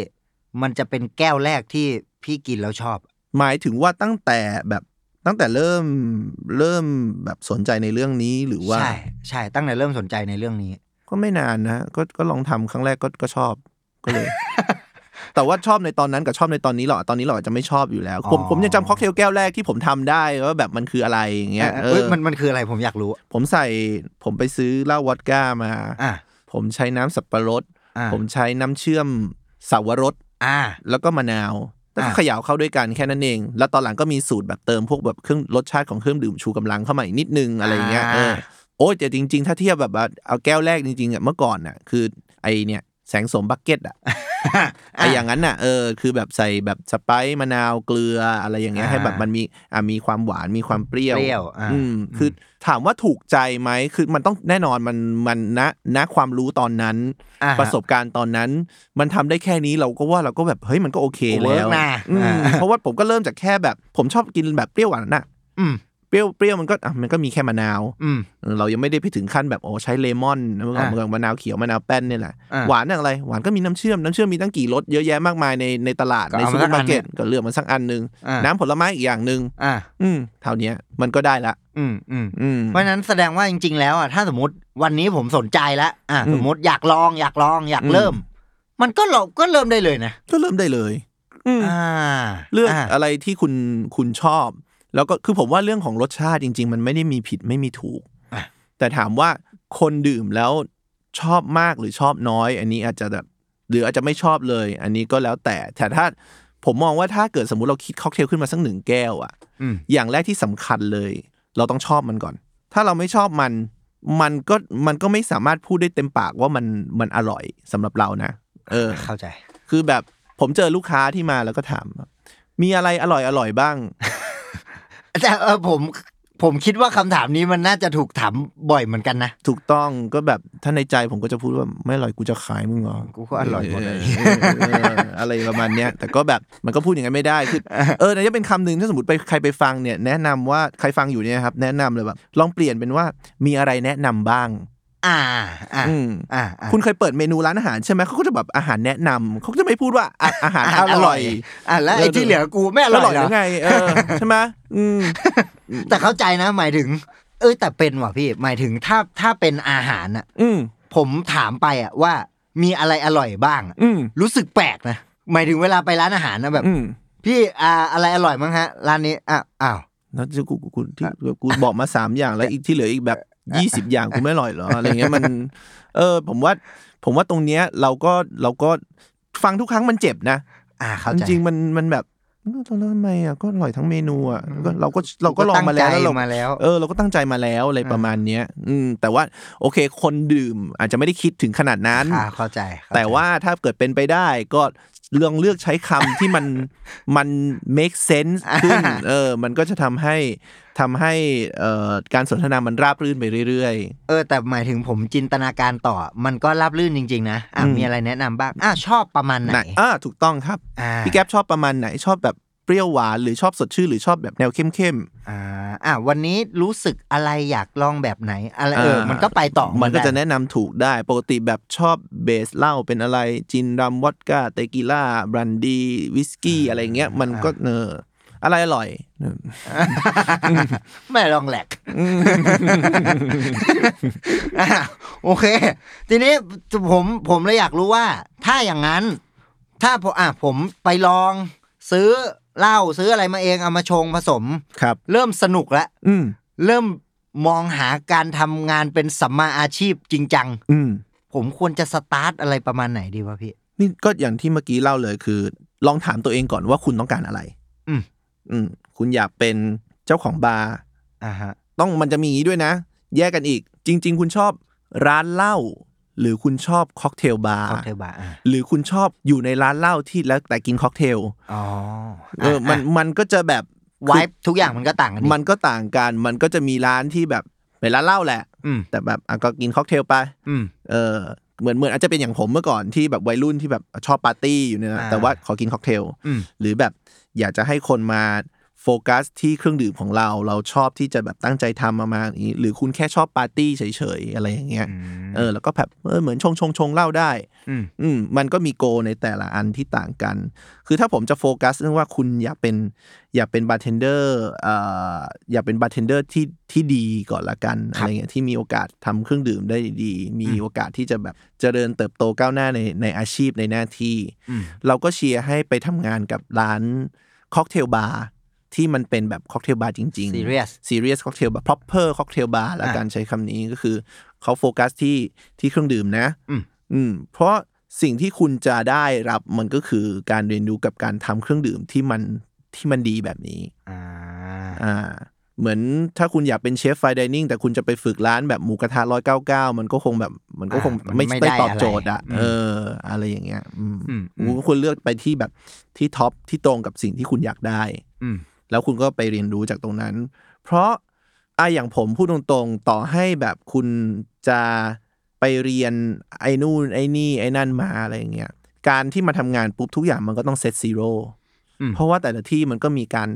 Speaker 2: มันจะเป็นแก้วแรกที่พี่กินแล้วชอบ
Speaker 3: หมายถึงว่าตั้งแต่แบบตั้งแต่เริ่มเริ่มแบบสนใจในเรื่องนี้หรือว่า
Speaker 2: ใช่ใช่ตั้งแต่เริ่มสนใจในเรื่องนี้
Speaker 3: ก็ไม่นานนะก็ก็ลองทำครั้งแรกก็ก็ชอบก็เลย แต่ว่าชอบในตอนนั้นกับชอบในตอนนี้หรอตอนนี้เราอาจจะไม่ชอบอยู่แล้ว ผม
Speaker 2: อ๋อ
Speaker 3: ผมยังจำค็อกเทลแก้วแรกที่ผมทำได้ว่าแบบมันคืออะไรอย่างเงี้ย
Speaker 2: อ่ะ
Speaker 3: เอ
Speaker 2: เอ้ย
Speaker 3: อ
Speaker 2: มันมันคืออะไรผมอยากรู้
Speaker 3: ผมใส่ผมไปซื้อเหล้าวอดก้ามา
Speaker 2: อ่ะ
Speaker 3: ผมใช้น้ำสับปะรด
Speaker 2: อ่ะ
Speaker 3: ผมใช้น้ำเชื่อมสาวรส
Speaker 2: อ่ะ
Speaker 3: แล้วก็มะนาวแล้วก็
Speaker 2: อ่ะ
Speaker 3: เขย่าเข้าด้วยกันแค่นั้นเอง แล้วตอนหลังก็มีสูตรแบบเติมพวกแบบเครื่องรสชาติของเครื่องดื่มชูกำลังเข้ามาอีกนิดนึงอะไรอย่างเงี้ยเออโอ้ยแต่จริง ๆ ถ้าเทียบแบบว่าเอาแก้วแรกจริงๆอ่ะเมื่อก่อนน่ะคือไอเนี่ยแสงสมบักเก็ตอ่ะไออย่างนั้นน่ะเออคือแบบใส่แบบสไปซ์มะนาวเกลืออะไรอย่างเงี้ย
Speaker 2: อ่า
Speaker 3: ให้แบบมันมีอ่ะมีความหวานมีความเปรี้ยว
Speaker 2: เปรี้ยวอ่ะ
Speaker 3: อืมคือถามว่าถูกใจไหมคือมันต้องแน่นอนมันมันณณความรู้ตอนนั้น
Speaker 2: อ่าฮะ
Speaker 3: ประสบการณ์ตอนนั้น มันทำได้แค่นี้เราก็ว่าเราก็แบบเฮ้ยมันก็โอเค
Speaker 2: โอ้เวิร์
Speaker 3: แล้
Speaker 2: ก
Speaker 3: ว
Speaker 2: นะ
Speaker 3: อืม
Speaker 2: อ่า
Speaker 3: เพราะว่าผมก็เริ่มจากแค่แบบ ผมชอบกินแบบเปรี้ยวหวานน่ะ
Speaker 2: อืม
Speaker 3: เปรี้ยวเปรี้ยวมันก็อ่ะมันก็มีแค่มะนาว
Speaker 2: อืม
Speaker 3: เออเรายังไม่ได้ไปถึงขั้นแบบโอ้ใช้เลมอนนะเมื่อก่อน
Speaker 2: อ่า
Speaker 3: เมื่อก่อนมะนาวเขียวมะนาวแป้นเนี่ยแหละ
Speaker 2: อ่า
Speaker 3: หวานเนี่ยอะไรหวานก็มีน้ำเชื่อมน้ำเชื่อมมีตั้งกี่รสเยอะแยะมากมายในในตลาด
Speaker 2: ก็
Speaker 3: ใน
Speaker 2: เอา
Speaker 3: ซู
Speaker 2: มาสั
Speaker 3: เปอกร์มาร์เก็ต
Speaker 2: อันหนึ่ง
Speaker 3: ก็เลือกมาสักอันหนึ่ง
Speaker 2: อ่ะ
Speaker 3: น้ำผลไม้อีกอย่างหนึ่ง
Speaker 2: อ่ะ
Speaker 3: อืมเท่าเนี้ยมันก็ได้ละ
Speaker 2: อืมอืม
Speaker 3: อืม
Speaker 2: เพราะฉะนั้นแสดงว่าจริง ๆ แล้วอ่ะถ้าสมมติวันนี้ผมสนใจแล้วอ่ะ
Speaker 3: อืม
Speaker 2: สมมติอยากลองอยากลองอยาก
Speaker 3: อืม
Speaker 2: เริ่ม มันก็เราก็เริ่มได้เลยนะ
Speaker 3: ก็เริ่มได้เลยอืม
Speaker 2: อ่า
Speaker 3: เลือก
Speaker 2: ะ
Speaker 3: อะไรที่คุณคุณชอบ แล้วก็คือผมว่าเรื่องของรสชาติจริง ๆ มันไม่ได้มีผิดไม่มีถูก
Speaker 2: อ่ะ
Speaker 3: แต่ถามว่าคนดื่มแล้วชอบมากหรือชอบน้อย อันนี้อาจจะแบบหรืออาจจะไม่ชอบเลย อันนี้ก็แล้วแต่แต่ถ้าผมมองว่าถ้าเกิดสมมติเราคิดค็อกเทลขึ้นมาสักหนึ่งแก้วอะ
Speaker 2: อืม
Speaker 3: อย่างแรกที่สำคัญเลย เราต้องชอบมันก่อน ถ้าเราไม่ชอบมัน มันก็มันก็ไม่สามารถพูดได้เต็มปากว่ามันมันอร่อยสำหรับเรานะ เออ
Speaker 2: เข้าใจ
Speaker 3: คือแบบผมเจอลูกค้าที่มาแล้วก็ถามว่ามีอะไรอร่อยอร่อยบ้าง
Speaker 2: แต่เออผมผมคิดว่าคำถามนี้มันน่าจะถูกถามบ่อยเหมือนกันนะ
Speaker 3: ถูกต้องก็แบบถ้าในใจผมก็จะพูดว่าไม่อร่อยกูจะขายมึงเหรอ
Speaker 2: กูก็อร่อยหมดเลย
Speaker 3: เออเอออะไรประมาณเนี้ยแต่ก็แบบมันก็พูดอย่างนั้นไม่ได้คือเออแต่จะเป็นคำหนึ่งถ้าสมมติไปใครไปฟังเนี่ยแนะนำว่าใครฟังอยู่เนี่ยครับ แนะนำเลยแบบลองเปลี่ยนเป็นว่ามีอะไรแนะนำบ้าง
Speaker 2: อ่าอ่า
Speaker 3: อืม
Speaker 2: อ่าอ่า
Speaker 3: คุณเคยเปิดเมนูร้านอาหารใช่ไหมเขาก็จะแบบอาหารแนะนำเขาก็จะไม่พูดว่าอ่ะอาหารอร่อย
Speaker 2: อ่ะแล้วไอ้
Speaker 3: เออ
Speaker 2: ที่เหลือกู ไม่อ
Speaker 3: อ
Speaker 2: ร่
Speaker 3: ร่
Speaker 2: อ
Speaker 3: อ
Speaker 2: เห
Speaker 3: ย ยห
Speaker 2: ร
Speaker 3: รือ อไงเออใช่ไหมอืม
Speaker 2: แต่เข้าใจนะหมายถึง เอ้ยแต่เป็นว่ะพี่หมายถึงถ้าถ้าเป็นอาหารอ่ะ
Speaker 3: อืม
Speaker 2: ผมถามไปอ่ะว่ามีอะไรอร่อยบ้างอะ
Speaker 3: อืม
Speaker 2: รู้สึกแปลกนะหมายถึงเวลาไปร้านอาหารนะแบบ
Speaker 3: อืม
Speaker 2: พี่อ่าอะไรอร่อยมั้งฮะ ร้านนี้อ่ะอ้าว
Speaker 3: แล้วจะกูกูกูที่แบบกูบอกมาสามอย่างแล้วอีกที่เหลืออีกแบบยี่สิบอย่างกูไม่อร่อย เหรออะไรเงี้ยมัน เออ ผมว่า ผมว่าตรงเนี้ยเราก็เราก็ฟังทุกครั้งมันเจ็บนะ
Speaker 2: อ่าเข้า
Speaker 3: จ
Speaker 2: ใจ
Speaker 3: ริงๆมันมันแบบเออแล้วทำไมอ่ะก็อร่อยทั้งเมนูอ่ะแล้วก็เราก็เราก็ลอง
Speaker 2: ตั้
Speaker 3: มาแล้ว
Speaker 2: ใจ
Speaker 3: แล้วเรา
Speaker 2: มาแล้ว
Speaker 3: เออเราก็ตั้งใจมาแล้วอะไรประมาณเนี้ย อืม แต่ว่าโอเค คนดื่มอาจจะไม่ได้คิดถึงขนาดนั้น
Speaker 2: อ่าเข้าใจเข้ใจ
Speaker 3: แต่ว่าถ้าเกิดเป็นไปได้ก็ลองเลือก ใช้คำที่มัน มัน make sense ขึ้นเออ มันก็จะทำให้ ทำให้เอ่อการสนทนามันราบรื่นไปเรื่อย
Speaker 2: เออแต่หมายถึงผมจินตนาการต่อ มันก็ราบรื่นจริง ๆ นะอ่ะ
Speaker 3: อืม
Speaker 2: มีอะไรแนะนำบ้างอ่ะชอบประมาณ
Speaker 3: ๆ
Speaker 2: ไหน
Speaker 3: ไหนอ่าถูกต้องครับ
Speaker 2: อ่า
Speaker 3: พี่แก๊ปชอบประมาณไหนชอบแบบเปรี้ยวหวานหรือชอบสดชื่นหรือชอบแบบแนวเข้ม
Speaker 2: อ่าอ่ะวันนี้รู้สึกอะไรอยากลองแบบไหนอะไร
Speaker 3: ๆ
Speaker 2: เออ มันก็ไปต่อ
Speaker 3: มันก็
Speaker 2: ได้
Speaker 3: จะแนะนำถูกได้ ปกติแบบชอบเบสเหล้าเป็นอะไรจินรัมวอดก้าเตกิล่าบรันดีวิสกี้อะไรเงี้ยมันก็เนออะไรอร่อย
Speaker 2: ไม่ลองแหลกอ่ะโอเค ทีนี้ผมผมเลยอยากรู้ว่า ถ้าอย่างนั้น ถ้าผมอ่ะผมไปลอง ซื้อเหล้าซื้ออะไรมาเองเอามาชงผสม
Speaker 3: ครับ
Speaker 2: เริ่มสนุกแล้ว
Speaker 3: อืม
Speaker 2: เริ่มมองหาการทำงานเป็นสัมมาอาชีพจริงจัง
Speaker 3: อืม
Speaker 2: ผมควรจะสตาร์ทอะไรประมาณไหนดีวะพี่
Speaker 3: นี่ก็อย่างที่เมื่อกี้เล่าเลยคือ ลองถามตัวเองก่อนว่าคุณต้องการอะไร
Speaker 2: อืม
Speaker 3: อืม คุณอยากเป็นเจ้าของบาร์
Speaker 2: อ่าฮะ
Speaker 3: ต้องมันจะมีอย่างนี้ด้วยนะ แยกกันอีก จริง ๆ คุณชอบร้านเหล้าหรือคุณชอบค็อกเทลบาร์
Speaker 2: ค็อกเทลบาร์อ่ะ
Speaker 3: หรือคุณชอบอยู่ในร้านเหล้าที่แล้วแต่กินค็อกเทล
Speaker 2: อ๋อ
Speaker 3: เออมันมันก็จะแบบ
Speaker 2: ไวบทุกอย่างมันก็ต่างกันดิ
Speaker 3: มันก็ต่างกัน มันก็จะมีร้านที่แบบเป็นร้านเหล้าแหละ
Speaker 2: อืม
Speaker 3: แต่แบบอ่ะก็กินค็อกเทลไป
Speaker 2: อืม
Speaker 3: เออเหมือนเหมือนอาจจะเป็นอย่างผมเมื่อก่อนที่แบบวัยรุ่นที่แบบชอบปาร์ตี้อยู่เนี่ยนะ
Speaker 2: อ่า
Speaker 3: แต่ว่าขอกินค็อกเทล
Speaker 2: อืม
Speaker 3: หรือแบบอยากจะให้คนมาโฟกัสที่เครื่องดื่มของเรา เราชอบที่จะแบบตั้งใจทำมามาอย่างนี้หรือคุณแค่ชอบปาร์ตี้เฉยๆ อะไรอย่างเงี้ยเออแล้วก็แบบเออเหมือนชงชงชงเหล้าได้
Speaker 2: อืม
Speaker 3: อืมมันก็มีโกในแต่ละอันที่ต่างกัน คือถ้าผมจะโฟกัสเรื่องว่าคุณอยากเป็นอยากเป็นบาร์เทนเดอร์อ่าอยากเป็นบาร์เทนเดอร์ที่ที่ดีก่อนละกันอะไรเงี้ยที่มีโอกาสทำเครื่องดื่มได้ดี มีโอกาสที่จะแบบเจริญเติบโตก้าวหน้าในในอาชีพในหน้าที่
Speaker 2: อืม
Speaker 3: เราก็เชียร์ให้ไปทำงานกับร้านค็อกเทลบาร์ที่มันเป็นแบบค็อกเทลบาร์จริง ๆ
Speaker 2: serious
Speaker 3: ซีเรียสค็อกเทลแบบ proper ค็อกเทลบาร์แล้ว
Speaker 2: อ่ะ
Speaker 3: การใช้คำนี้ก็คือเขาโฟกัสที่ที่เครื่องดื่มนะ
Speaker 2: อืม
Speaker 3: อืม เพราะสิ่งที่คุณจะได้รับมันก็คือการเรียนรู้กับการทำเครื่องดื่มที่มันที่มันดีแบบนี้
Speaker 2: อ่า
Speaker 3: อ่า เหมือนถ้าคุณอยากเป็นเชฟไฟดิเนิ่งแต่คุณจะไปฝึกร้านแบบหมูกระทะร้อยเก้าเก้ามันก็คงแบบมันก็คง
Speaker 2: อ่ามัน
Speaker 3: ไม่
Speaker 2: ไม่
Speaker 3: ได้
Speaker 2: ได้
Speaker 3: ตอบโจทย์อ่ะ
Speaker 2: อะไร
Speaker 3: เออ อะไรอย่างเงี้ย อืม
Speaker 2: อืม
Speaker 3: คุณก็ควรเลือกไปที่แบบที่ท็อปที่ตรงกับสิ่งที่คุณอยากได้
Speaker 2: อืม
Speaker 3: แล้วคุณก็ไปเรียนรู้จากตรงนั้น เพราะอ่ะอย่างผมพูดตรงๆ ต่อให้แบบคุณจะไปเรียนไอ้นู่นไอ้นี่ไอ้นั่นมาอะไรอย่างเงี้ย การที่มาทำงานปุ๊บทุกอย่างมันก็ต้องเซตซีโร่
Speaker 2: อืม
Speaker 3: เพราะว่าแต่ละที่มันก็มีการ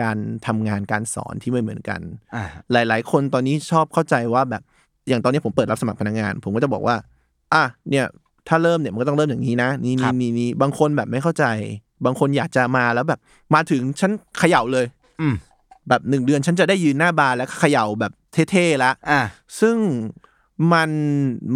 Speaker 3: การทำงานการสอนที่ไม่เหมือนกัน
Speaker 2: อ่า
Speaker 3: หลาย ๆ คนตอนนี้ชอบเข้าใจว่าแบบอย่างตอนนี้ผมเปิดรับสมัครพนักงาน ผมก็จะบอกว่า อ่ะเนี่ยถ้าเริ่มเนี่ยมันก็ต้องเริ่มอย่างนี้นะ นี่
Speaker 2: ครั
Speaker 3: นี่
Speaker 2: บ
Speaker 3: นี่นี่บางคนแบบไม่เข้าใจ บางคนอยากจะมาแล้วแบบมาถึงฉันเขย่าเลย
Speaker 2: อืม
Speaker 3: แบบหนึ่งเดือนฉันจะได้ยืนหน้าบาร์แล้วเขย่าแบบเท่ๆละ
Speaker 2: อ่า
Speaker 3: ซึ่งมัน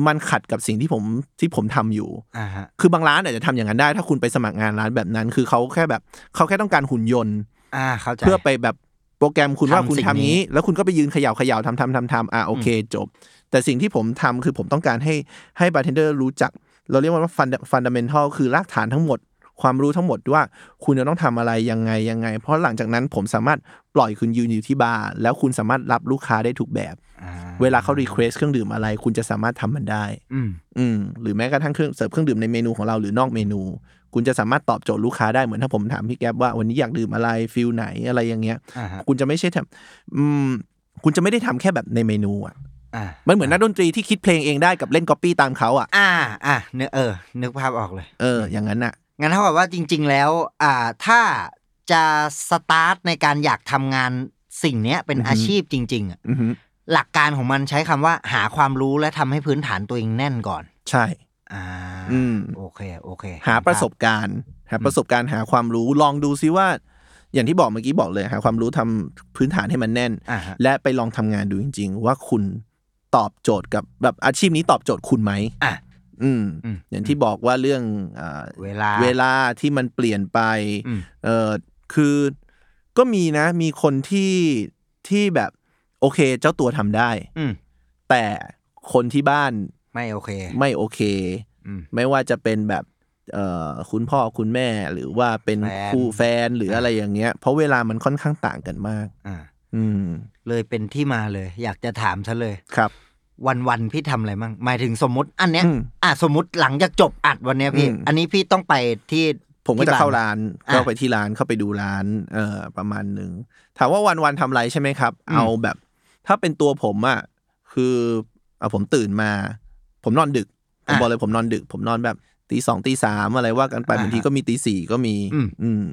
Speaker 3: มันขัดกับสิ่งที่ผมที่ผมทำอยู่
Speaker 2: อ่าฮะ
Speaker 3: คือบางร้านอาจจะทำอย่างนั้นได้ ถ้าคุณไปสมัครงานร้านแบบนั้น คือเขาแค่แบบเขาแค่ต้องการหุ่นยนต์
Speaker 2: อ่า เข้าใจ
Speaker 3: เพื่อไปแบบโปรแกรมคุณว่า
Speaker 2: ทำ
Speaker 3: คุณ
Speaker 2: สิ่ง
Speaker 3: ทำนี้
Speaker 2: นี้
Speaker 3: แล้วคุณก็ไปยืนเขย่าเขย่าทำทำทำทำอ่ะโอเคจบ แต่สิ่งที่ผมทำคือผมต้องการให้ให้บาร์เทนเดอร์รู้จัก เราเรียกว่าฟันฟันดัมเบลทัลคือรากฐานทั้งหมด ความรู้ทั้งหมดว่าคุณจะต้องทำอะไรยังไงยังไง เพราะหลังจากนั้นผมสามารถปล่อยคุณยืนอยู่ที่บาร์แล้วคุณสามารถรับลูกค้าได้ทุกแบบ
Speaker 2: อ่า
Speaker 3: เวลาเขารีเควสเครื่องดื่มอะไร คุณจะสามารถทำมันได้
Speaker 2: อืม
Speaker 3: อืมหรือแม้กระทั่งเครื่องเสิร์ฟเครื่องดื่มในเมนูของเราหรือนอกเมนู คุณจะสามารถตอบโจทย์ลูกค้าได้เหมือนถ้าผมถามพี่แก๊ปว่าวันนี้อยากดื่มอะไรฟิลไหนอะไรอย่างเงี้ย
Speaker 2: อ่าฮะ
Speaker 3: คุณจะไม่ใช่ทำอืมคุณจะไม่ได้ทำแค่แบบในเมนูอ่ะ
Speaker 2: อ่า
Speaker 3: มันเหมือนนักดนตรีที่คิดเพลงเองได้กับเล่นก๊อปปี้ตามเขาอ่ะ
Speaker 2: อ่า อ่าเนกเออ นึกภาพออกเลย
Speaker 3: เอออย่างนั้นอ่ะ
Speaker 2: งั้นเท่ากับว่าจริง ๆ แล้ว อ่า ถ้าจะสตาร์ทในการอยากทำงานสิ่งเนี้ยเป็น
Speaker 3: อือฮึ
Speaker 2: อาชีพจริง ๆอะ
Speaker 3: อือหือ
Speaker 2: หลักการของมันใช้คำว่าหาความรู้และทำให้พื้นฐานตัวเองแน่นก่อน
Speaker 3: ใช่
Speaker 2: อ่า
Speaker 3: อืม
Speaker 2: โอเค โอเค
Speaker 3: หาประสบการณ์หาประสบการณ์หาความรู้ลองดูซิว่า อย่างที่บอกเมื่อกี้บอกเลยหาความรู้ทำพื้นฐานให้มันแน่น
Speaker 2: อ่าฮะ
Speaker 3: และไปลองทำงานดูจริง ๆ ว่าคุณตอบโจทย์กับแบบอาชีพนี้ตอบโจทย์คุณไหม
Speaker 2: อ่ะ
Speaker 3: อืม
Speaker 2: อืม
Speaker 3: อย่างที่บอกว่าเรื่องอ่า
Speaker 2: เวลา
Speaker 3: เวลาที่มันเปลี่ยนไป
Speaker 2: อืม
Speaker 3: เออคือก็มีนะ มีคนที่ที่แบบโอเคเจ้าตัวทำได้
Speaker 2: อืม
Speaker 3: แต่คนที่บ้าน
Speaker 2: ไม่โอเค
Speaker 3: ไม่โอเค
Speaker 2: อืม
Speaker 3: ไม่ว่าจะเป็นแบบเอ่อคุณพ่อคุณแม่หรือว่าเป็น
Speaker 2: แฟน
Speaker 3: คู่แฟนหรืออะไรอย่างเงี้ย เพราะเวลามันค่อนข้างต่างกันมาก
Speaker 2: อ่า
Speaker 3: อืม
Speaker 2: เลยเป็นที่มาเลย อยากจะถามซะเลย
Speaker 3: ครับ
Speaker 2: วันวันๆพี่ทำอะไรมั่งหมายถึงสมมติอันเนี้ย
Speaker 3: อืม
Speaker 2: อ่ะสมมติหลังจากจบอัดวันเนี้ยพี่
Speaker 3: อืม
Speaker 2: อันนี้พี่ต้องไปที่
Speaker 3: ผ ผมก็
Speaker 2: ที่
Speaker 3: จะ
Speaker 2: บ้น
Speaker 3: เข้าร้าน
Speaker 2: อ่ะ
Speaker 3: ก็ไปที่ร้านเข้าไปดูร้านเอ่อประมาณหนึ่งถามว่าวันวันๆทำอะไรใช่ไหมครับ
Speaker 2: อืม
Speaker 3: เอาแบบ ถ้าเป็นตัวผมอ่ะคือเอาผมตื่นมา ผมนอนดึกผมบอกเลยผมนอนดึก ผมนอนแบบตีสองตีสามอะไรว่ากันไป
Speaker 2: อ่าฮะ
Speaker 3: บางทีก็มีตีสี่ก็มี
Speaker 2: อืม
Speaker 3: อืม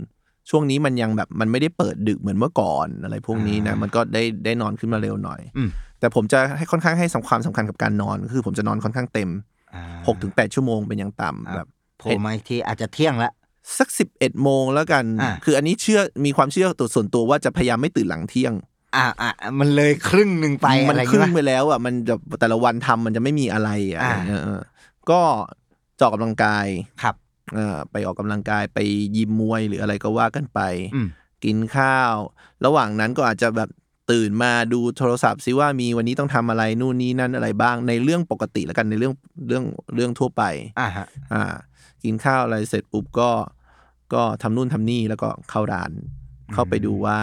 Speaker 3: ช่วงนี้มันยังแบบมันไม่ได้เปิดดึกเหมือนเมื่อก่อนอะไรพวกนี้นะ
Speaker 2: อ่ามั
Speaker 3: มันก็ได้ได้นอนขึ้นมาเร็วหน่อย
Speaker 2: อืม
Speaker 3: แต่ผมจะให้ค่อนข้างให้สำความสำคัญกับการนอนคือ ผมจะนอนค่อนข้างเต็ม
Speaker 2: อ่า
Speaker 3: หกถึงแปดชั่วโมงเป็นอย่างต่ำ
Speaker 2: อ่า
Speaker 3: แบบ
Speaker 2: โผล่มาอีกทีอาจจะเที่ยงละ
Speaker 3: สักสิบเอ็ดโมงแล้วกัน
Speaker 2: อ่ะ
Speaker 3: คืออันนี้เชื่อมีความเชื่อตัวส่วนตัวว่าจะพยายามไม่ตื่นหลังเที่ยง
Speaker 2: อ่าอ่ามันเลยครึ่งหนึ่งไป
Speaker 3: มั
Speaker 2: อะไรอย่าง
Speaker 3: ครึ่
Speaker 2: เงี้
Speaker 3: ง
Speaker 2: ย
Speaker 3: ไปแล้วอ่ะมันจะแต่ละวันทำมันจะไม่มีอะไรอ่ะ
Speaker 2: อ่ะ
Speaker 3: เออเออก็จะออกกำลังกาย
Speaker 2: ครับ
Speaker 3: เอ่อไปออกกำลังกายไปยิมมวยหรืออะไรก็ว่ากันไป
Speaker 2: อืม
Speaker 3: กินข้าว ระหว่างนั้นก็อาจจะแบบตื่นมาดูโทรศัพท์ซิว่ามีวันนี้ต้องทำอะไรนู่นนี่นั่นอะไรบ้างในเรื่องปกติแล้วกันในเรื่องเรื่องเรื่องทั่วไป
Speaker 2: อ่าฮะ
Speaker 3: อ่า กินข้าวอะไรเสร็จปุ๊บก็ ก็ทำนู่นทำนี่แล้วก็เข้าร้าน เข้าไปดูว่า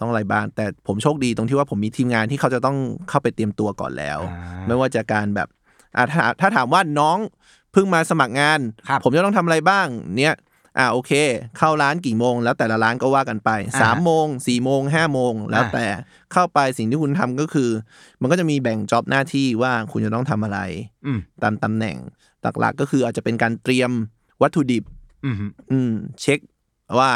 Speaker 3: ต้องอะไรบ้าง แต่ผมโชคดีตรงที่ว่าผมมีทีมงานที่เขาจะต้องเข้าไปเตรียมตัวก่อนแล้ว
Speaker 2: อ่า
Speaker 3: ไม่ว่าจะการแบบอ่าถ้าถ้าถามว่าน้องเพิ่งมาสมัครงาน
Speaker 2: ครับ
Speaker 3: ผมจะต้องทำอะไรบ้าง เนี่ย อ่าโอเค เข้าร้านกี่โมง แล้วแต่ละร้านก็ว่ากันไป
Speaker 2: อ่า
Speaker 3: สามโมงสี่โมงห้าโมงแล้ว
Speaker 2: อ่า
Speaker 3: แต่เข้าไปสิ่งที่คุณทำก็คือ มันก็จะมีแบ่งจ็อบหน้าที่ว่าคุณจะต้องทำอะไร
Speaker 2: อืม
Speaker 3: ตามตำแหน่งหลักๆก็คืออาจจะเป็นการเตรียมวัตถุดิบ
Speaker 2: อืม
Speaker 3: อืม เช็คว่า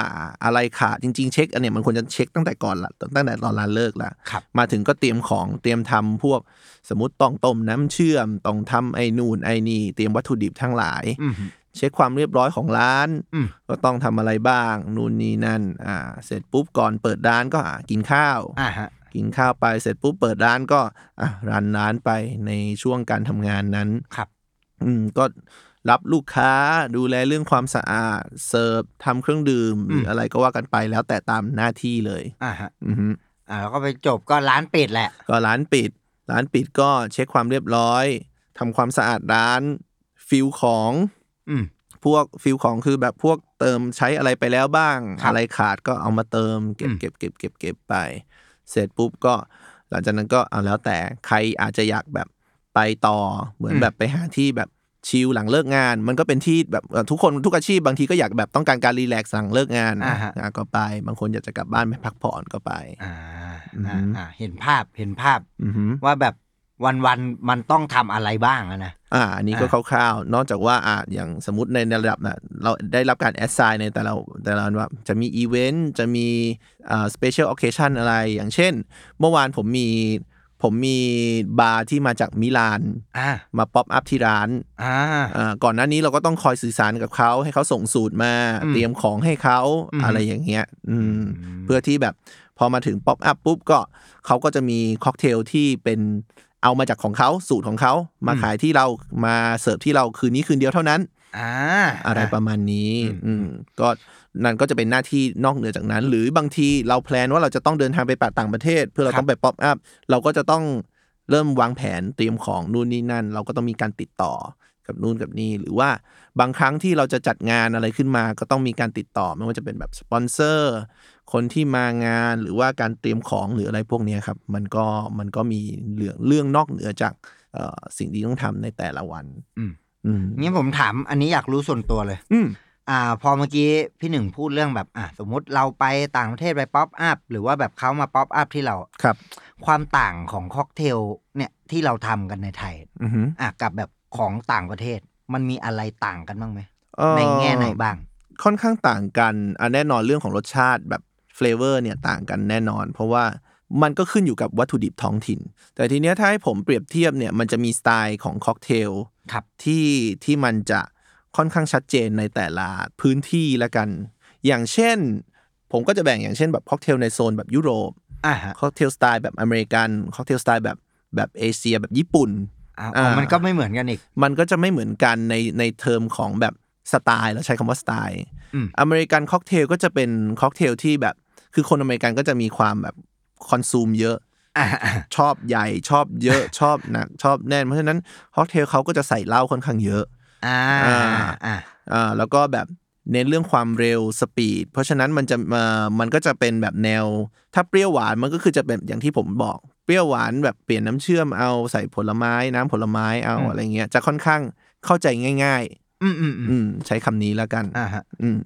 Speaker 3: อะไรขาดจริง ๆ เช็คอันเนี้ยมันควรจะเช็คตั้งแต่ก่อนละตั้งแต่ตอนร้านเลิกละ
Speaker 2: ครับ
Speaker 3: มาถึงก็เตรียมของเตรียมทำพวกสมมติต้องต้มน้ำเชื่อมต้องทำไอ้นู่นไอ้นี่เตรียมวัตถุดิบทั้งหลาย
Speaker 2: อืม
Speaker 3: เช็คความเรียบร้อยของร้าน
Speaker 2: อืม
Speaker 3: ก็ต้องทำอะไรบ้างนู่นนี่นั่น อ่า เสร็จปุ๊บก่อนเปิดร้านก็อ่ากินข้าว
Speaker 2: อ่าฮะ
Speaker 3: กินข้าวไปเสร็จปุ๊บเปิดร้านก็อ่ะรันร้านไปในช่วงการทำงานนั้น
Speaker 2: ครับ
Speaker 3: อืมก็รับลูกค้าดูแลเรื่องความสะอาดเสิร์ฟทำเครื่องดื่มหรืออะไรก็ว่ากันไปแล้วแต่ตามหน้าที่เลย
Speaker 2: อ่าฮะ
Speaker 3: อือฮึ
Speaker 2: อ่าแล้วก็ไปจบก็ร้านปิดแหละ
Speaker 3: ก็ร้านปิด ร้านปิดก็เช็คความเรียบร้อยทำความสะอาดร้านฟิลของ
Speaker 2: อืม
Speaker 3: พวกฟิลของคือแบบพวกเติมใช้อะไรไปแล้วบ้าง
Speaker 2: ครับ
Speaker 3: อะไรขาดก็เอามาเติมเก็
Speaker 2: อื
Speaker 3: บ
Speaker 2: ม
Speaker 3: เก็บเก็บเก็บเก็บไป เสร็จปุ๊บก็หลังจากนั้นก็เอาแล้วแต่ใครอาจจะอยากแบบไปต่อเหมือน
Speaker 2: อืม
Speaker 3: แบบไปหาที่แบบชิลหลังเลิกงาน มันก็เป็นที่แบบเอ่อทุกคนทุกอาชีพบางทีก็อยากแบบต้องการการรีแลกซ์หลังเลิกงาน
Speaker 2: อ่าฮะ
Speaker 3: อ่ะก็ไป บางคนอยากจะกลับบ้านไปพักผ่อนก็ไป
Speaker 2: อ่า
Speaker 3: อือฮึ
Speaker 2: อ่าอ่าเห็นภาพเห็นภาพ
Speaker 3: อือหือ
Speaker 2: ว่าแบบวันวันๆมันต้องทำอะไรบ้างอะนะ
Speaker 3: อ่าอันนี้ก็
Speaker 2: อ่า
Speaker 3: คร่าวๆ นอกจากว่าอ่าอย่างสมมติในระดับน่ะเราได้รับการแอดไซน์ในแต่ละแต่ละวันว่าจะมีอีเวนต์จะมีอ่าสเปเชียลโอเคชันอะไร อย่างเช่น เมื่อวานผมมีผมมีบาร์ที่มาจากมิลาน
Speaker 2: อ่า
Speaker 3: มาป๊อปอัพที่ร้าน
Speaker 2: อ่า
Speaker 3: อ่าก่อนหน้านี้เราก็ต้องคอยสื่อสารกับเขาให้เขาส่งสูตรมา
Speaker 2: อืม
Speaker 3: เตรียมของให้เขา
Speaker 2: อืม
Speaker 3: อะไรอย่างเงี้ยอืม
Speaker 2: ม
Speaker 3: เพื่อที่แบบพอมาถึงป๊อปอัพปุ๊บก็เขาก็จะมีค็อกเทลที่เป็นเอามาจากของเขาสูตรของเขามา
Speaker 2: อืม
Speaker 3: ขายที่เรามาเสิร์ฟที่เราคืนนี้คืนเดียวเท่านั้น
Speaker 2: อ่า
Speaker 3: อะไรประมาณนี้
Speaker 2: อืม
Speaker 3: อืมก็นั่นก็จะเป็นหน้าที่นอกเหนือจากนั้น หรือบางทีเราแพลนว่าเราจะต้องเดินทางไปปต่างประเทศ เพื่อเราต้องไปป๊อปอัพเราก็จะต้องเริ่มวางแผนเตรียมของนู่นนี่นั่น เราก็ต้องมีการติดต่อกับนู่นกับนี่หรือว่าบางครั้งที่เราจะจัดงานอะไรขึ้นมา ก็ต้องมีการติดต่อไม่ว่าจะเป็นแบบสปอนเซอร์คนที่มางานหรือว่าการเตรียมของหรืออะไรพวกเนี้ยครับมันก็มันก็มีเรื่องเรื่องนอกเหนือจากเอ่อสิ่งที่ต้องทำในแต่ละวัน
Speaker 2: อืม
Speaker 3: อืม
Speaker 2: งี้ผมถามอันนี้อยากรู้ส่วนตัวเลย
Speaker 3: อืม
Speaker 2: อ่า พอเมื่อกี้พี่หนึ่งพูดเรื่องแบบ อ่าสมมติเราไปต่างประเทศไปป๊อปอัพหรือว่าแบบเขามาป๊อปอัพที่เรา
Speaker 3: ครับ
Speaker 2: ความต่างของค็อกเทลเนี่ยที่เราทำกันในไทย
Speaker 3: อือหือ
Speaker 2: อ่ะกับแบบของต่างประเทศ มันมีอะไรต่างกันบ้างไหม
Speaker 3: เอ่อ
Speaker 2: ในแง่ไหนบ้าง
Speaker 3: ค่อนข้างต่างกันอันแน่นอนเรื่องของรสชาติแบบเฟลเวอร์เนี่ยต่างกันแน่นอน เพราะว่ามันก็ขึ้นอยู่กับวัตถุดิบท้องถิ่น แต่ทีเนี้ยถ้าให้ผมเปรียบเทียบเนี่ยมันจะมีสไตล์ของค็อกเทล
Speaker 2: ครับ
Speaker 3: ที่ที่มันจะค่อนข้างชัดเจนในแต่ละพื้นที่ละกัน อย่างเช่น ผมก็จะแบ่งอย่างเช่นแบบค็อกเทลในโซนแบบยุโรป
Speaker 2: อ่าฮะ
Speaker 3: ค็อกเทลสไตล์แบบอเมริกันค็อกเทลสไตล์แบบแบบเอเชียแบบญี่ปุ่น
Speaker 2: อ่า
Speaker 3: อ่ามั
Speaker 2: มันก็ไม่เหมือนกันอีก
Speaker 3: มันก็จะไม่เหมือนกันในในเทอมของแบบสไตล์เราใช้คำว่าสไตล์
Speaker 2: อืม
Speaker 3: อเมริกันค็อกเทลก็จะเป็นค็อกเทลที่แบบ คือคนอเมริกันก็จะมีความแบบคอนซูมเยอะ
Speaker 2: อ่า
Speaker 3: ชอบใหญ่ชอบเยอะ ชอบหนักชอบแน่น เพราะฉะนั้นค็อกเทลเขาก็จะใส่เหล้าค่อนข้างเยอะ
Speaker 2: อ่า อ่า
Speaker 3: อ่าแล้วก็แบบเน้นเรื่องความเร็วสปีดเพราะฉะนั้นมันจะเอ่อมันก็จะเป็นแบบแนว ถ้าเปรี้ยวหวานมันก็คือจะเป็นอย่างที่ผมบอก เปรี้ยวหวานแบบเปลี่ยนน้ำเชื่อมเอาใส่ผลไม้น้ำผลไม้เอา
Speaker 2: อืม
Speaker 3: อะไรเงี้ยจะค่อนข้างเข้าใจง่าย
Speaker 2: อืมอืมอืม
Speaker 3: อืมใช้คำนี้แล้วกัน
Speaker 2: อ่าฮะ
Speaker 3: อืม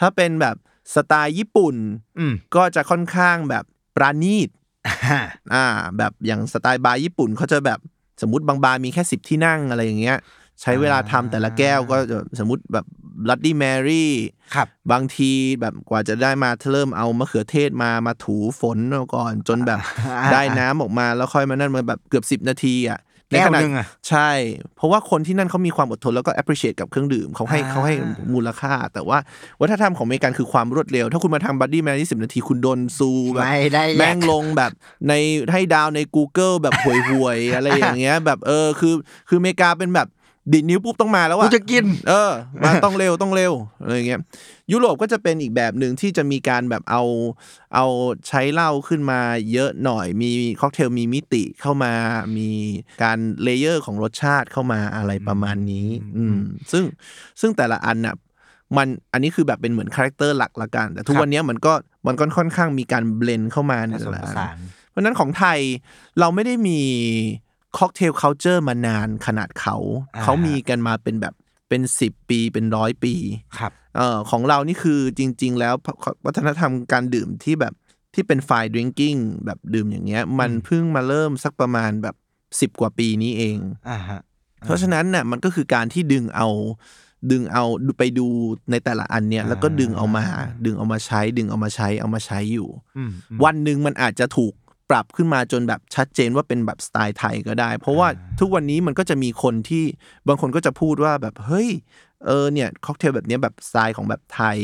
Speaker 3: ถ้าเป็นแบบสไตล์ญี่ปุ่น
Speaker 2: อืม
Speaker 3: ก็จะค่อนข้างแบบปราณีต
Speaker 2: อ่า
Speaker 3: อ่า แบบอย่างสไตล์บาร์ญี่ปุ่นเขาจะแบบสมมติบางบาร์มีแค่สิบที่นั่งอะไรอย่างเงี้ย ใช้เวลาทำแต่ละแก้วก็จะสมมติแบบ Bloody Mary
Speaker 2: ครับ
Speaker 3: บางทีแบบกว่าจะได้มาเริ่มเอามะเขือเทศมามาถูฝนเอาก่อนจนแบบ
Speaker 2: อ่า
Speaker 3: ได้น้ำออกมาแล้วค่อยมานั่นมาแบบเกือบสิบ10 นาทีอ่ะ
Speaker 2: แก้ว
Speaker 3: ในขณะ
Speaker 2: หนึ่งอะ
Speaker 3: ใช่ เพราะว่าคนที่นั่นเขามีความอดทนแล้วก็ appreciate กับเครื่องดื่มเขาให้
Speaker 2: อ่า
Speaker 3: เขาให้มูลค่า แต่ว่าวัฒนธรรมของอเมริกันคือความรวดเร็ว ถ้าคุณมาทำบัดดี้แมรี่สิบนาทีคุณโดนซูแบบ
Speaker 2: ไม่ได้
Speaker 3: แม่งลงแบบในให้ดาวใน Google แบบห่วยๆ อะไรอย่างเงี้ย แบบเออคือ คืออเมริกาเป็นแบบดิดนิ้วปุ๊บต้องมาแล้ว
Speaker 2: กู
Speaker 3: อะ
Speaker 2: จะกิน
Speaker 3: เออมาต้องเร็วต้องเร็วอะไรอย่างเงี้ยยุโรปก็จะเป็นอีกแบบหนึ่งที่จะมีการแบบเอาเอาใช้เหล้าขึ้นมาเยอะหน่อยมีค็อกเทลมีมิติเข้ามามีการเลเยอร์ของรสชาติเข้ามาอะไรประมาณนี้ อืมซึ่งซึ่งแต่ละอันน่ะ มันอันนี้คือแบบเป็นเหมือนคาแรคเตอร์หลักละกัน แต่ทุก
Speaker 2: ครับ
Speaker 3: วันเนี้ยมันก็มันก็ค่อนข้างมีการเบลนเข้ามาใน
Speaker 2: ผสม
Speaker 3: แต่
Speaker 2: ผ
Speaker 3: ละอัน
Speaker 2: สาน
Speaker 3: เพราะฉะนั้นของไทยเราไม่ได้มีค็อกเทลเคาน์เตอร์มานานขนาดเขา
Speaker 2: า
Speaker 3: เขามีกันมาเป็นแบบเป็นสิบปีเป็นร้อยปี
Speaker 2: ครับ
Speaker 3: เอ่อของเรานี่คือจริง ๆ แล้ววัฒนธรรมการดื่มที่แบบที่เป็นฝ่ายดื่มกิ้งแบบดื่มอย่างเงี้ย มันเพิ่งมาเริ่มสักประมาณแบบสิบ10 กว่าปีนี้เอง
Speaker 2: อ่าฮะ
Speaker 3: เพราะฉะนั้นน่ะมันก็คือการที่ดึงเอาดึงเอาไปดูในแต่ละอันเนี่ยแล้วก็ดึงเอามา ดึงเอามาใช้ ดึงเอามาใช้เอามาใช้อยู่
Speaker 2: อืมอืม
Speaker 3: วันหนึ่งมันอาจจะถูกปรับขึ้นมาจนแบบชัดเจนว่าเป็นแบบสไตล์ไทยก็ได้ เพราะว่าทุกวันนี้มันก็จะมีคนที่บางคนก็จะพูดว่าแบบเฮ้ยเออเนี่ยค็อกเทลแบบเนี้ยแบบสไตล์ของแบบไทย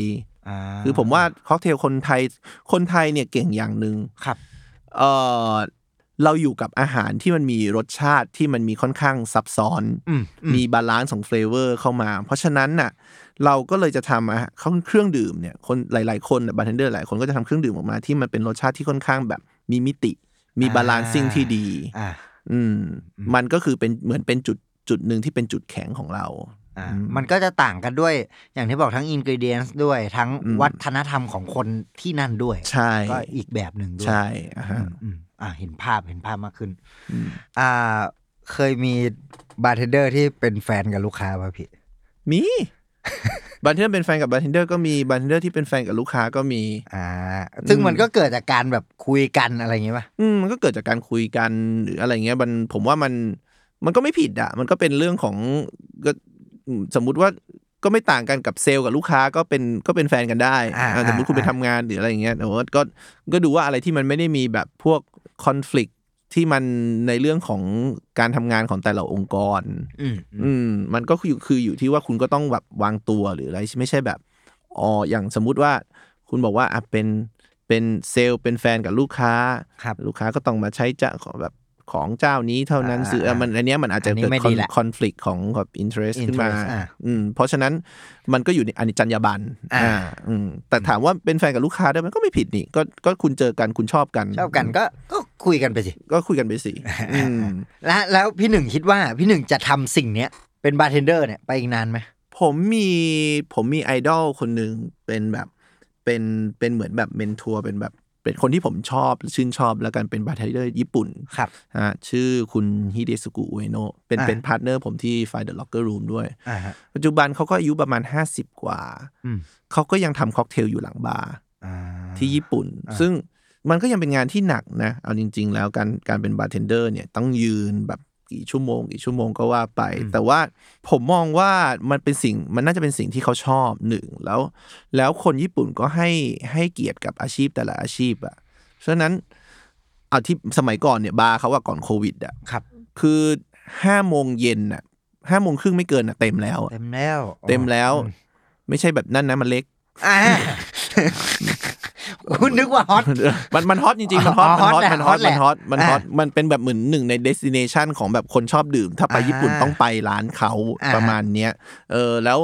Speaker 3: คือผมว่าค็อกเทลคนไทยคนไทยเนี่ยเก่งอย่างหนึ่ง
Speaker 2: ครับ
Speaker 3: เออเราอยู่กับอาหารที่มันมีรสชาติที่มันมีค่อนข้างซับซ้อน
Speaker 2: อืมอื
Speaker 3: มีบาลานซ์ของเฟลเวอร์เข้ามา เพราะฉะนั้นน่ะเราก็เลยจะทำอ่ะเขาเครื่องดื่มเนี่ยคนหลาย ๆ คนบาร์เทนเดอร์หลายคนก็จะทำเครื่องดื่มออกมาที่มันเป็นรสชาติที่ค่อนข้างแบบมีมิติ มีบาลานซิ่งที่ดี
Speaker 2: อ่า
Speaker 3: อืม
Speaker 2: อืม
Speaker 3: มันก็คือเป็นเหมือนเป็นจุดจุดหนึ่งที่เป็นจุดแข็งของเรา
Speaker 2: อ่า
Speaker 3: อืม
Speaker 2: มันก็จะต่างกันด้วยอย่างที่บอกทั้งอินกิเดียนส์ด้วยทั้ง
Speaker 3: อืม
Speaker 2: วัฒนธรรมของคนที่นั่นด้วย
Speaker 3: ใช่
Speaker 2: ก็อีกแบบหนึ่งด้วย
Speaker 3: ใช่อ่า
Speaker 2: อื
Speaker 3: ฮะ
Speaker 2: มอืมอ่าเห็นภาพเห็นภาพมากขึ้น
Speaker 3: อืม
Speaker 2: อ่า เคยมีบาร์เทนเดอร์ที่เป็นแฟนกับลูกค้าป่ะพี่
Speaker 3: มีบาร์เทนเดอร์เป็นแฟนกับบาร์เทนเดอร์ก็มีบาร์เทนเดอร์ที่เป็นแฟนกับลูกค้าก็มี
Speaker 2: อ่า ซึ่งมันก็เกิดจากการแบบคุยกันอะไรอย่างงี้ป่ะ
Speaker 3: อืมมันก็เกิดจากการคุยกันหรืออะไรเงี้ยมันผมว่ามันมันก็ไม่ผิดอะมันก็เป็นเรื่องของก็อืมสมมุติว่าก็ไม่ต่างกันกับเซลล์กับลูกค้าก็เป็นก็เป็นแฟนกันได้
Speaker 2: อ่า
Speaker 3: อ่าสมมติคุณไป
Speaker 2: อ่า
Speaker 3: ทำงานหรืออะไรอย่างเงี้ยแต่ว่าก็ก็ดูว่าอะไรที่มันไม่ได้มีแบบพวกคอน FLICT ที่มันในเรื่องของการทำงานของแต่ละองค์กร
Speaker 2: อืม
Speaker 3: อืมมันก็คือคืออยู่ที่ว่าคุณก็ต้องแบบวางตัวหรืออะไรไม่ใช่แบบอ๋ออย่างสมมุติว่า คุณบอกว่าอ่ะเป็นเป็นเซลล์เป็นแฟนกับลูกค้า
Speaker 2: ครับ
Speaker 3: ลูกค้าก็ต้องมาใช้จะของแบบของเจ้านี้เท่านั้น
Speaker 2: อ่า
Speaker 3: ซื้ออ่ะมันอันเนี้ยมันอาจจะ
Speaker 2: อันนี้
Speaker 3: เกิด
Speaker 2: ไม่ดีละ
Speaker 3: คอน FLICT ของแบบ interest ขึ้นมา
Speaker 2: interest อ่ะ
Speaker 3: อืมเพราะฉะนั้นมันก็อยู่ในอันจรรยาบรรณ
Speaker 2: อ่า
Speaker 3: อ่าอืมแต่ถามว่าเป็นแฟนกับลูกค้าได้ไหมก็ไม่ผิดนี่ก็ก็คุณเจอกันคุณชอบกัน
Speaker 2: ชอบกันก็ก็คุยกันไปสิ
Speaker 3: ก็คุยกันไปสิอืม
Speaker 2: แล้วแล้วพี่หนึ่งคิดว่าพี่หนึ่งจะทำสิ่งเนี้ยเป็นบาร์เทนเดอร์เนี่ยไปอีกนานไหม
Speaker 3: ผมมีผมมีไอดอลคนหนึ่งเป็นแบบเป็นเป็นเหมือนแบบเมนทัวร์เป็นแบบเป็นคนที่ผมชอบชื่นชอบแล้วกันเป็นบาร์เทนเดอร์ญี่ปุ่น
Speaker 2: ครับ
Speaker 3: ฮะชื่อคุณฮิเดสุกุอุเอโนะเป็น
Speaker 2: อ่า
Speaker 3: เป็นพาร์ทเนอร์ผมที่ f i เดอะล็อกเกอร์รูมด้วย
Speaker 2: อ่าฮะ
Speaker 3: ปัจจุบันเขาก็อายุประมาณ 50 กว่า
Speaker 2: อืม
Speaker 3: เขาก็ยังทำค็อกเทลอยู่หลังบาร์
Speaker 2: อ่า
Speaker 3: ที่ญี่ปุ่น
Speaker 2: อ่า
Speaker 3: ซึ่งมันก็ยังเป็นงานที่หนักนะ เอาจริง ๆ แล้วการการเป็นบาร์เทนเดอร์เนี่ยต้องยืนแบบกี่ชั่วโมง กี่ชั่วโมงก็ว่าไป แต่ว่าผมมองว่ามันเป็นสิ่งมันน่าจะเป็นสิ่งที่เขาชอบหนึ่งแล้ว แล้วคนญี่ปุ่นก็ให้ให้เกียรติกับอาชีพแต่ละอาชีพอะฉะนั้นเอาที่สมัยก่อนเนี่ยบาร์เขาว่าก่อนโควิดอะ
Speaker 2: ครับ
Speaker 3: คือห้าโมงเย็นอะห้าโมงครึ่งไม่เกินอะเต็มแล้วอะ
Speaker 2: เต็มแล้ว
Speaker 3: เต็มแล้วไม่ใช่แบบนั่นนะมันเล็ก
Speaker 2: อ่าคุณนึกว่าฮอต
Speaker 3: มันมันฮอตจริงๆ มันฮ
Speaker 2: อ๋
Speaker 3: อ
Speaker 2: อ
Speaker 3: ตมันฮอ
Speaker 2: ฮอ
Speaker 3: ต
Speaker 2: ตแหละ
Speaker 3: มันฮ
Speaker 2: ฮอ
Speaker 3: อต
Speaker 2: ตแห
Speaker 3: มั
Speaker 2: ละ
Speaker 3: นฮอตมันฮอต
Speaker 2: อ่ะ
Speaker 3: มันเป็นแบบเหมือนหนึ่งในเดสติเนชันของแบบคนชอบดื่ม ถ้าไป
Speaker 2: อ่า
Speaker 3: ญี่ปุ่นต้องไปร้านเขา
Speaker 2: อ่า
Speaker 3: ประมาณเนี้ยเออแล้ว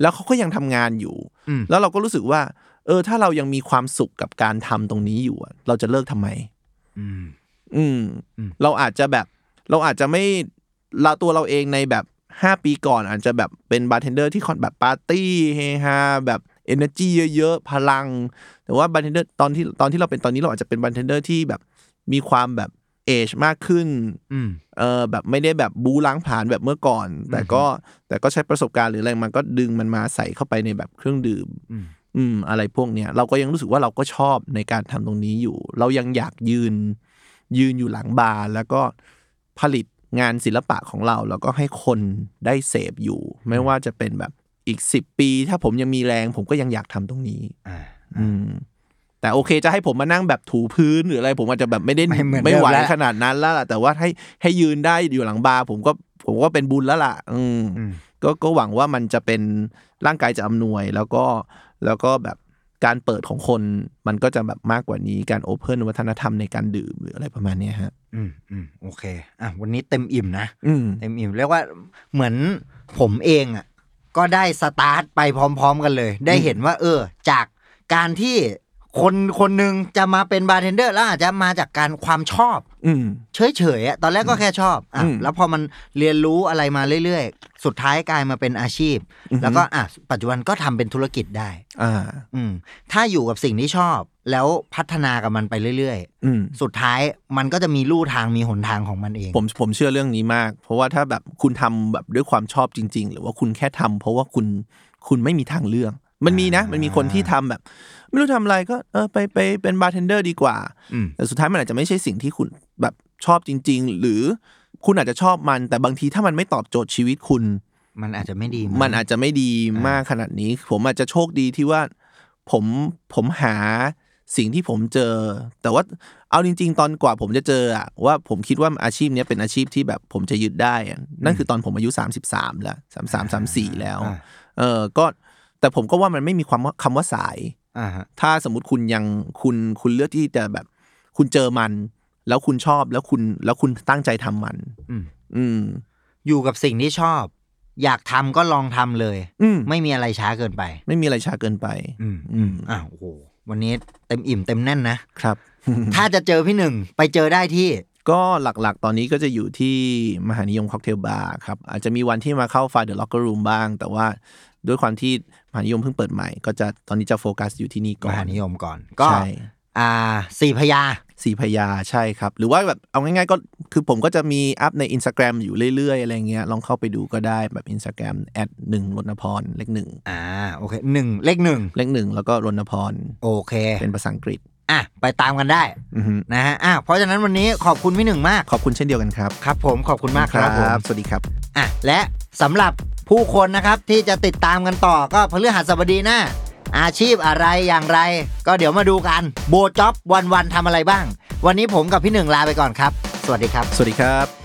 Speaker 3: แล้วเขาก็ยังทำงานอยู่
Speaker 2: อืม
Speaker 3: แล้วเราก็รู้สึกว่า เออถ้าเรายังมีความสุขกับการทำตรงนี้อยู่อะเราจะเลิกทำไม
Speaker 2: อืม
Speaker 3: อืม
Speaker 2: อืม
Speaker 3: เราอาจจะแบบเราอาจจะไม่เราตัวเราเองในแบบห้าปีก่อนอาจจะแบบเป็นบาร์เทนเดอร์ที่คอนแบบปาร์ตี้เฮฮาแบบเอเนอร์จีเยอะๆ พลัง แต่ว่าบาร์เทนเดอร์ตอนที่ตอนที่เราเป็นตอนนี้เราอาจจะเป็นบาร์เทนเดอร์ที่แบบมีความแบบ เอจมากขึ้น
Speaker 2: อืม
Speaker 3: เออแบบไม่ได้แบบบูล้างผลาญแบบเมื่อก่อน แต่ก็แต่ก็ใช้ประสบการณ์หรืออะไรมันก็ดึงมันมาใส่เข้าไปในแบบเครื่องดื่ม
Speaker 2: อืม
Speaker 3: อืมอะไรพวกเนี้ยเราก็ยังรู้สึกว่าเราก็ชอบในการทำตรงนี้อยู่ เรายังอยากยืน ยืนอยู่หลังบาร์แล้วก็ผลิตงานศิลปะของเรา แล้วก็ให้คนได้เสพอยู่ ไม่ว่าจะเป็นแบบอีกสิบปี ถ้าผมยังมีแรง ผมก็ยังอยากทำตรงนี้
Speaker 2: อ่า
Speaker 3: อืมแต่โอเคจะให้ผมมานั่งแบบถูพื้นหรืออะไร ผมอาจจะแบบไม่ได้
Speaker 2: ไม่เหมือนเดิม
Speaker 3: ไม่ไหว
Speaker 2: แล้ว
Speaker 3: ขนาดนั้นแล้วล่ะแต่ว่าให้ให้ยืนได้อยู่หลังบาร์ผมก็ผมก็เป็นบุญแล้วล่ะ อืม
Speaker 2: อืม
Speaker 3: ก็ก็หวังว่ามันจะเป็นร่างกายจะอำนวย แล้วก็แล้วก็แบบการเปิดของคนมันก็จะแบบมากกว่านี้การโอเพนวัฒนธรรมในการดื่มหรืออะไรประมาณเนี้ยฮะ
Speaker 2: อืมอืมโอเคอ่ะวันนี้เต็มอิ่มนะ
Speaker 3: อืม
Speaker 2: เต็มอิ่มเรียกว่าเหมือนผมเองอ่ะก็ได้สตาร์ทไปพร้อม ๆ กันเลย ได้เห็นว่า เออ จากการที่คนคนหนึ่งจะมาเป็นบาร์เทนเดอร์แล้วอาจจะมาจากการความชอบ
Speaker 3: อืม
Speaker 2: เฉยๆอะตอนแรกก็แค่ชอบอ่ะ
Speaker 3: อืม
Speaker 2: แล้วพอมันเรียนรู้อะไรมาเรื่อยๆ สุดท้ายกลายมาเป็นอาชีพ
Speaker 3: อือฮึ
Speaker 2: แล้วก็อ่ะปัจจุบันก็ทำเป็นธุรกิจได้
Speaker 3: อ่า
Speaker 2: อืมถ้าอยู่กับสิ่งที่ชอบ แล้วพัฒนากับมันไปเรื่อย
Speaker 3: อืม
Speaker 2: ๆ สุดท้ายมันก็จะมีลู่ทางมีหนทางของมันเอง
Speaker 3: ผมผมเชื่อเรื่องนี้มาก เพราะว่าถ้าแบบคุณทำแบบด้วยความชอบจริง ๆ หรือว่าคุณแค่ทำเพราะว่าคุณคุณไม่มีทางเลือกมันมีนะ มันมีคนที่ทำแบบ ไม่รู้ทำอะไรก็เออไปไปเป็นบาร์เทนเดอร์ดีกว่า
Speaker 2: อืม
Speaker 3: แต่สุดท้ายมันอาจจะไม่ใช่สิ่งที่คุณแบบชอบจริง ๆ หรือคุณอาจจะชอบมัน แต่บางทีถ้ามันไม่ตอบโจทย์ชีวิตคุณ
Speaker 2: มันอาจจะไม่ดี
Speaker 3: มันอาจจะไม่ดีมากขนาดนี้ ผมอาจจะโชคดีที่ว่า ผมผมหาสิ่งที่ผมเจอ แต่ว่าเอาจริง ๆ ตอนกว่าผมจะเจออะว่าผมคิดว่าอาชีพเนี้ยเป็นอาชีพที่แบบผมจะยึดได้อะนั่นคือตอนผมอายุ 33 แล้ว 33 34 แล้ว
Speaker 2: อ่ะ
Speaker 3: เออก็แต่ผมก็ว่ามันไม่มีความว่าคำว่าสาย
Speaker 2: อ่าฮะ
Speaker 3: ถ้าสมมติคุณยังคุณคุณเลือกที่จะแบบ คุณเจอมัน แล้วคุณชอบแล้วคุณแล้วคุณตั้งใจทำมัน
Speaker 2: อืม
Speaker 3: อืม
Speaker 2: อยู่กับสิ่งที่ชอบ อยากทำก็ลองทำเลย
Speaker 3: อืม
Speaker 2: ไม่มีอะไรช้าเกินไป
Speaker 3: ไม่มีอะไรช้าเกินไป
Speaker 2: อืม
Speaker 3: อืม
Speaker 2: อ่ะโอ้โหวันนี้เต็มอิ่มเต็มแน่นนะ
Speaker 3: ครับ
Speaker 2: ถ้าจะเจอพี่หนึ่งไปเจอได้ที่
Speaker 3: ก็หลักๆ ตอนนี้ก็จะอยู่ที่มหานิยมค็อกเทลบาร์ครับ อาจจะมีวันที่มาเข้าไฟเดอะล็อกเกอร์รูมบ้าง แต่ว่าด้วยความที่มหานิยมเพิ่งเปิดใหม่ ก็จะตอนนี้จะโฟกัสอยู่ที่นี่
Speaker 2: ม
Speaker 3: ก่อน
Speaker 2: หานิยมก่อน ก็
Speaker 3: ใช่
Speaker 2: อ่าสี่พยา
Speaker 3: สีพยาใช่ครับ หรือว่าแบบเอาง่ายๆก็คือผมก็จะมีอัพใน Instagram อยู่เรื่อยๆ อะไรเงี้ยลองเข้าไปดูก็ได้แบบ Instagram แอดหนึ่งรณพรเลขหนึ่ง
Speaker 2: อ่าโอเคหนึ่งเลขหนึ่ง
Speaker 3: เลขหนึ่งแล้วก็รณพร
Speaker 2: โอเค
Speaker 3: เป็นภาษาอังกฤษ
Speaker 2: อ่ะไปตามกันได้
Speaker 3: อือฮึ
Speaker 2: นะฮะอ่ะเพราะฉะนั้นวันนี้ขอบคุณพี่หนึ่งมาก
Speaker 3: ขอบคุณเช่นเดียวกันครับ
Speaker 2: ครับ ผมขอบคุณมากครับผม
Speaker 3: สวัสดีครับ
Speaker 2: อ่ะและสำหรับผู้คนนะครับที่จะติดตามกันต่อก็พฤหัสบดีหน้า อาชีพอะไรอย่างไร ก็เดี๋ยวมาดูกันโบจ็อบวันวันๆทำอะไรบ้าง วันนี้ผมกับพี่หนึ่งลาไปก่อนครับ สวัสดีครับ
Speaker 3: สวัสดีครับ